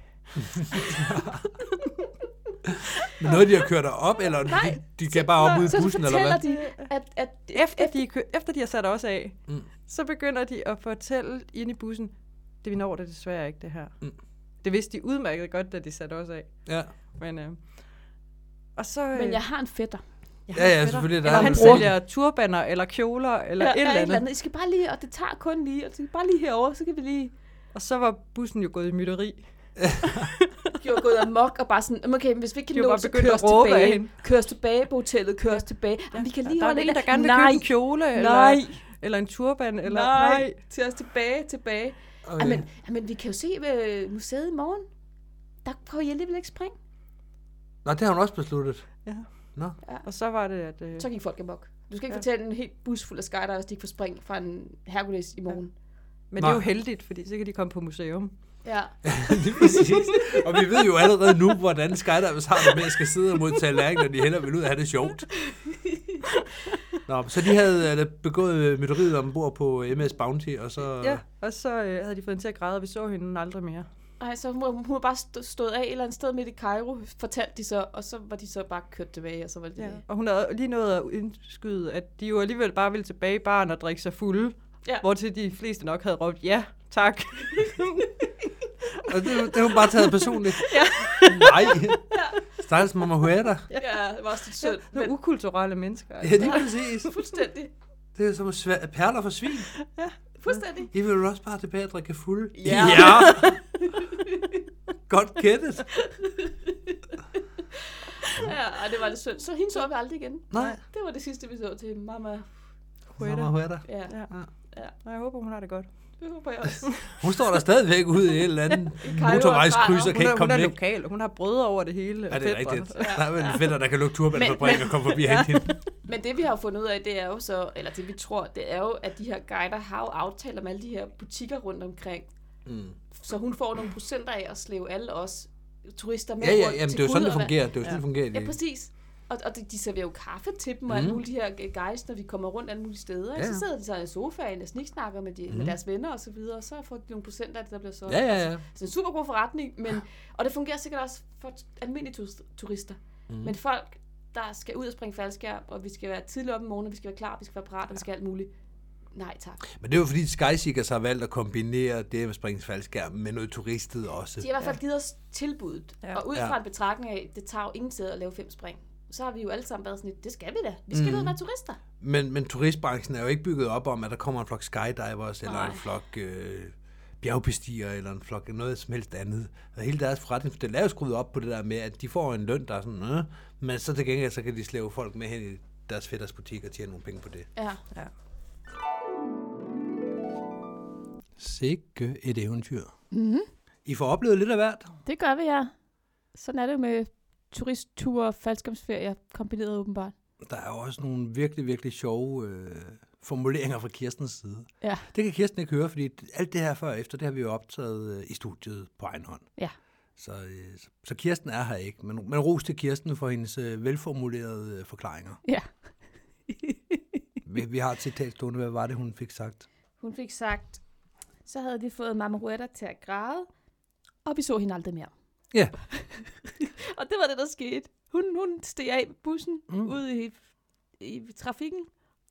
[SPEAKER 2] men noget, de har kørt dig op, eller
[SPEAKER 3] Nej,
[SPEAKER 2] de, de kan bare op ud
[SPEAKER 3] så
[SPEAKER 2] i bussen, eller
[SPEAKER 3] fortæller
[SPEAKER 2] hvad?
[SPEAKER 3] de, at, at
[SPEAKER 4] Efter de, er kø- efter de har sat os af,
[SPEAKER 2] Mm.
[SPEAKER 4] mm. så begynder de at fortælle ind i bussen, det vi når det desværre ikke, det her.
[SPEAKER 2] Mm.
[SPEAKER 4] Mm. Det vidste de udmærket godt, da de satte os af.
[SPEAKER 2] Ja,
[SPEAKER 4] Men, øh, og så... øh,
[SPEAKER 3] men jeg har en fætter.
[SPEAKER 4] Jeg
[SPEAKER 2] Ja,
[SPEAKER 4] har en
[SPEAKER 2] ja,
[SPEAKER 4] fætter.
[SPEAKER 2] selvfølgelig, der
[SPEAKER 4] Eller
[SPEAKER 2] er
[SPEAKER 4] han
[SPEAKER 2] en bror.
[SPEAKER 4] sælger turbaner eller kjoler eller ja, et eller andet.
[SPEAKER 3] andet. I skal bare lige, og det tager kun lige, og det er bare lige herover, så kan vi lige
[SPEAKER 4] Og så var bussen jo gået i mytteri.
[SPEAKER 3] de var gået amok og bare sådan, okay, men hvis vi ikke
[SPEAKER 4] De
[SPEAKER 3] kan
[SPEAKER 4] var
[SPEAKER 3] nå,
[SPEAKER 4] bare
[SPEAKER 3] så
[SPEAKER 4] begyndt
[SPEAKER 3] kører
[SPEAKER 4] at
[SPEAKER 3] os
[SPEAKER 4] råbe af hende.
[SPEAKER 3] tilbage. Kører os tilbage på hotellet, kører os tilbage. Ja, vi kan lige
[SPEAKER 4] der er
[SPEAKER 3] holde
[SPEAKER 4] en,
[SPEAKER 3] lidt
[SPEAKER 4] der gerne vil
[SPEAKER 3] nej,
[SPEAKER 4] købe en kjole
[SPEAKER 3] nej,
[SPEAKER 4] eller, eller en turban. Eller,
[SPEAKER 3] nej, nej, til os tilbage, tilbage.
[SPEAKER 2] Okay.
[SPEAKER 3] Jamen, jamen, vi kan jo se øh, museet i morgen. Der prøver jeg alligevel ikke springe.
[SPEAKER 2] Nå, det har hun også besluttet.
[SPEAKER 4] Ja.
[SPEAKER 2] Nå,
[SPEAKER 4] Og så var det, at... Øh,
[SPEAKER 3] Så gik folk amok. Du skal ikke
[SPEAKER 4] Ja.
[SPEAKER 3] ja. fortælle en helt bus fuld af skydivers, de ikke får spring fra en Hercules i morgen.
[SPEAKER 4] men det er jo
[SPEAKER 2] Nej.
[SPEAKER 4] heldigt, fordi så kan de komme på museum.
[SPEAKER 3] Ja.
[SPEAKER 2] lige præcis. Og vi ved jo allerede nu, hvordan skydivers har det med at skal sidde og modtage læring, når de hellere vil ud og have det sjovt. Nå, så de havde øh, begået øh, mytteriet ombord på øh, MS Bounty, og så...
[SPEAKER 4] Ja, og så øh, havde de fået hende til at græde, og vi så hende aldrig mere.
[SPEAKER 3] Nej, så hun, hun var bare stå- stået af et eller andet sted midt i Cairo, fortalte de så, og så var de så bare kørt tilbage, og så var det
[SPEAKER 4] Ja.
[SPEAKER 3] ja.
[SPEAKER 4] Og hun havde lige nået at indskyde, at de jo alligevel bare ville tilbage i baren og drikke sig fulde.
[SPEAKER 3] Ja.
[SPEAKER 4] Hvortil de fleste nok havde råbt, ja, tak.
[SPEAKER 2] Og det, det har hun bare taget personligt. Ja. Nej. Stakkels mamma huerta.
[SPEAKER 3] ja, det var også lidt sødt,
[SPEAKER 4] Nogle
[SPEAKER 3] men
[SPEAKER 4] ukulturelle mennesker. altså,
[SPEAKER 2] Ja, det er præcis.
[SPEAKER 3] fuldstændig,
[SPEAKER 2] Det er som svæ- perler for svin.
[SPEAKER 3] fuldstændig.
[SPEAKER 2] I vil jo også bare tilbage og drikke fuld.
[SPEAKER 3] Ja.
[SPEAKER 2] ja. Godt gættet.
[SPEAKER 3] Ja, og det var lidt synd. Så hende så vi aldrig igen.
[SPEAKER 2] Nej.
[SPEAKER 3] Det var det sidste, vi så til Mama.
[SPEAKER 4] Huerta.
[SPEAKER 2] Mama Huerta.
[SPEAKER 3] Ja,
[SPEAKER 4] Ja. Nå, jeg håber, hun har det godt.
[SPEAKER 3] det håber jeg også.
[SPEAKER 2] Hun står der stadigvæk ude i et eller andet
[SPEAKER 3] Cairo
[SPEAKER 2] motorvejskryds
[SPEAKER 3] og
[SPEAKER 2] og kan ikke
[SPEAKER 4] hun
[SPEAKER 2] komme
[SPEAKER 4] er
[SPEAKER 2] væk.
[SPEAKER 4] lokal. Hun har brødre over det hele.
[SPEAKER 2] Ja, det er rigtigt.
[SPEAKER 3] Ja.
[SPEAKER 2] Der er vel en fætter, der kan lukke turbanfabrikken
[SPEAKER 3] Men-
[SPEAKER 2] og komme forbi og hente hende.
[SPEAKER 3] Men det, vi har jo fundet ud af, det er jo så, eller det vi tror, det er jo, at de her guider har jo aftaler med alle de her butikker rundt omkring.
[SPEAKER 2] Mm.
[SPEAKER 3] Så hun får nogle procenter af at slæve alle os turister med
[SPEAKER 2] Ja, ja,
[SPEAKER 3] rundt
[SPEAKER 2] jamen,
[SPEAKER 3] til
[SPEAKER 2] det er jo sådan, det
[SPEAKER 3] guderne.
[SPEAKER 2] fungerer. Det er jo sådan,
[SPEAKER 4] Ja.
[SPEAKER 2] det fungerer.
[SPEAKER 3] Ja,
[SPEAKER 2] Det.
[SPEAKER 3] præcis. Og, og de, de serverer jo kaffe til dem, og alle
[SPEAKER 2] Mhm.
[SPEAKER 3] mulige de her guys, når vi kommer rundt alle mulige steder. Ja.
[SPEAKER 2] Ja,
[SPEAKER 3] Så
[SPEAKER 2] ja.
[SPEAKER 3] sidder de så i sofaen og sniksnakker med, de, mm. med deres venner og så videre, og så får de nogle procent af det, der bliver solgt.
[SPEAKER 2] Ja, ja, ja.
[SPEAKER 3] Så en super god forretning, men, og det fungerer sikkert også for almindelige turist- turister. Mm. Men folk, der skal ud og springe faldskærm, og vi skal være tidligt op om morgenen, og vi skal være klar, og vi skal være parat, og vi skal alt muligt. Nej tak.
[SPEAKER 2] Men det er jo fordi, Sky Seekers har valgt at kombinere det med springens faldskærm med noget turistet også.
[SPEAKER 3] De har i hvert fald givet os tilbuddet,
[SPEAKER 4] Ja.
[SPEAKER 3] ja. og ud
[SPEAKER 2] Ja.
[SPEAKER 3] fra en betragtning af, det tager jo ingen tid at lave fem spring, så har vi jo alle sammen været sådan lidt, det skal vi da. Vi skal mm. ud og være turister.
[SPEAKER 2] Men, men turistbranchen er jo ikke bygget op om, at der kommer en flok skydivers, eller
[SPEAKER 3] Nej.
[SPEAKER 2] en flok øh, bjergbestiger, eller en flok noget som helst andet. Og hele deres forretningsmodel er jo skruet op på det der med, at de får en løn, der er sådan, øh, men så til gengæld, så kan de slæve folk med hen i deres fætters butik og tjene nogle penge på det.
[SPEAKER 3] Ja.
[SPEAKER 4] Ja.
[SPEAKER 2] Sikke et eventyr. Mm-hmm. I får oplevet lidt af hvert.
[SPEAKER 3] Det gør vi, ja. Sådan er det jo med turistture og faldskabsferier kombineret åbenbart.
[SPEAKER 2] Der er jo også nogle virkelig, virkelig sjove øh, formuleringer fra Kirstens side.
[SPEAKER 3] Ja.
[SPEAKER 2] Det kan Kirsten ikke høre, fordi alt det her før og efter, det har vi jo optaget øh, i studiet på egen hånd.
[SPEAKER 3] Ja.
[SPEAKER 2] Så, øh, så, så Kirsten er her ikke, men, men ros til Kirsten for hendes øh, velformulerede øh, forklaringer.
[SPEAKER 3] Ja.
[SPEAKER 2] Vi, vi har et citat stående, hvad var det, hun fik sagt?
[SPEAKER 3] Hun fik sagt, så havde de fået Mama Rueda til at græde, og vi så hende aldrig mere.
[SPEAKER 2] Ja.
[SPEAKER 3] og det var det, der skete. Hun, hun steg af med bussen mm. ud i, i trafikken,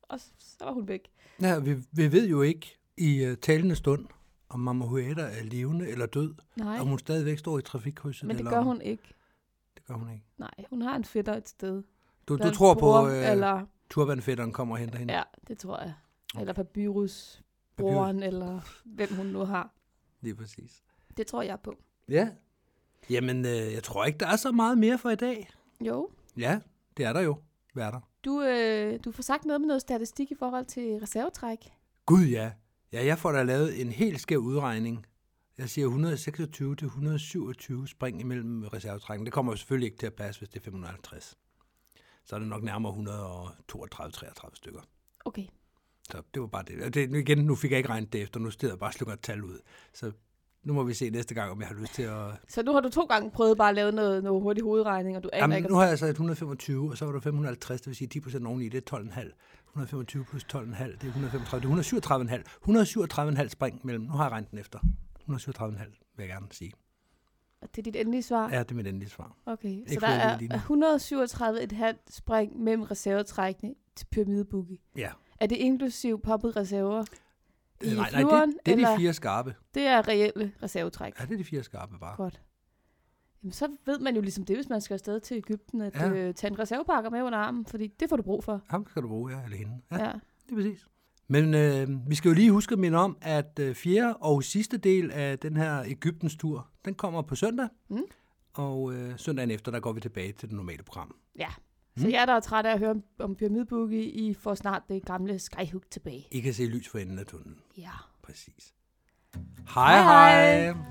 [SPEAKER 3] og s- så var hun væk.
[SPEAKER 2] Ja, vi, vi ved jo ikke i øh, talende stund, om Mama Hueda er levende eller død,
[SPEAKER 3] Nej,
[SPEAKER 2] om hun stadigvæk står i trafikkrydset.
[SPEAKER 3] men det
[SPEAKER 2] eller
[SPEAKER 3] gør
[SPEAKER 2] om-
[SPEAKER 3] hun ikke.
[SPEAKER 2] Det gør hun ikke.
[SPEAKER 3] Nej, hun har en fætter et sted.
[SPEAKER 2] Du,
[SPEAKER 3] Eller
[SPEAKER 2] du
[SPEAKER 3] en
[SPEAKER 2] tror
[SPEAKER 3] bror,
[SPEAKER 2] på, øh, eller...
[SPEAKER 3] Eller,
[SPEAKER 2] turbanfætteren kommer og henter hende?
[SPEAKER 3] ja, det tror jeg. Eller papyrus, broren, eller hvem hun nu har.
[SPEAKER 2] Lige præcis.
[SPEAKER 3] Det tror jeg på.
[SPEAKER 2] Ja. Jamen, øh, jeg tror ikke, der er så meget mere for i dag.
[SPEAKER 3] Jo,
[SPEAKER 2] Ja, det er der jo. Hvad er der?
[SPEAKER 3] du, øh, du får sagt noget med noget statistik i forhold til reservetræk.
[SPEAKER 2] Gud ja. Ja, jeg får da lavet en helt skæv udregning. Jeg siger 126 til 127 spring imellem reservetrækken. Det kommer jo selvfølgelig ikke til at passe, hvis det er 550. Så er det nok nærmere 132-33 stykker.
[SPEAKER 3] Okay,
[SPEAKER 2] Så det var bare det. Og det. Igen, nu fik jeg ikke regnet det efter. Nu steder jeg bare og slukker et tal ud. Så nu må vi se næste gang, om jeg har lyst til at...
[SPEAKER 3] så nu har du to gange prøvet bare at lave noget, noget hurtig hovedregning, og du aner
[SPEAKER 2] Jamen,
[SPEAKER 3] ikke,
[SPEAKER 2] nu
[SPEAKER 3] om...
[SPEAKER 2] har jeg så et 125, og så var der 550, det vil sige 10 procent oveni, det er 12,5. 125 plus 12,5, det er 135, det er 137,5. 137,5 spring mellem, nu har jeg regnet den efter. 137,5 vil jeg gerne sige.
[SPEAKER 3] at det er dit endelige svar.
[SPEAKER 2] Ja, det er mit endelige svar.
[SPEAKER 3] Okay, så
[SPEAKER 2] Ikke
[SPEAKER 3] der
[SPEAKER 2] flere
[SPEAKER 3] er
[SPEAKER 2] lige nu.
[SPEAKER 3] 137,5 spring mellem reservetrækkene til pyramideboogie.
[SPEAKER 2] Ja.
[SPEAKER 3] Er det inklusiv poppet reserver? I
[SPEAKER 2] Øh,
[SPEAKER 3] flyveren,
[SPEAKER 2] det, det er
[SPEAKER 3] eller?
[SPEAKER 2] de fire skarpe.
[SPEAKER 3] Det er reelle reservetræk.
[SPEAKER 2] Ja, det er de fire skarpe bare.
[SPEAKER 3] Godt. Jamen, så ved man jo ligesom det, hvis man skal afsted til Ægypten, at
[SPEAKER 2] Ja.
[SPEAKER 3] ja. øh, tage en reservepakker med under armen, fordi det får du brug for.
[SPEAKER 2] Ham skal du bruge, ja, eller hende. Ja,
[SPEAKER 3] Ja.
[SPEAKER 2] ja.
[SPEAKER 3] ja.
[SPEAKER 2] det er præcis. Men øh, vi skal jo lige huske at minde om, at øh, fjerde og sidste del af den her Ægyptens tur, den kommer på søndag.
[SPEAKER 3] Mm.
[SPEAKER 2] Og øh, søndagen efter, der går vi tilbage til det normale program.
[SPEAKER 3] ja. Så
[SPEAKER 2] Mm.
[SPEAKER 3] jeg der er træt af at høre om, om pyramideboogie, I får snart det gamle skyhook tilbage.
[SPEAKER 2] I kan se lys for enden af tunnelen.
[SPEAKER 3] Ja.
[SPEAKER 2] Præcis. Hej hej!
[SPEAKER 3] hej.
[SPEAKER 2] hej.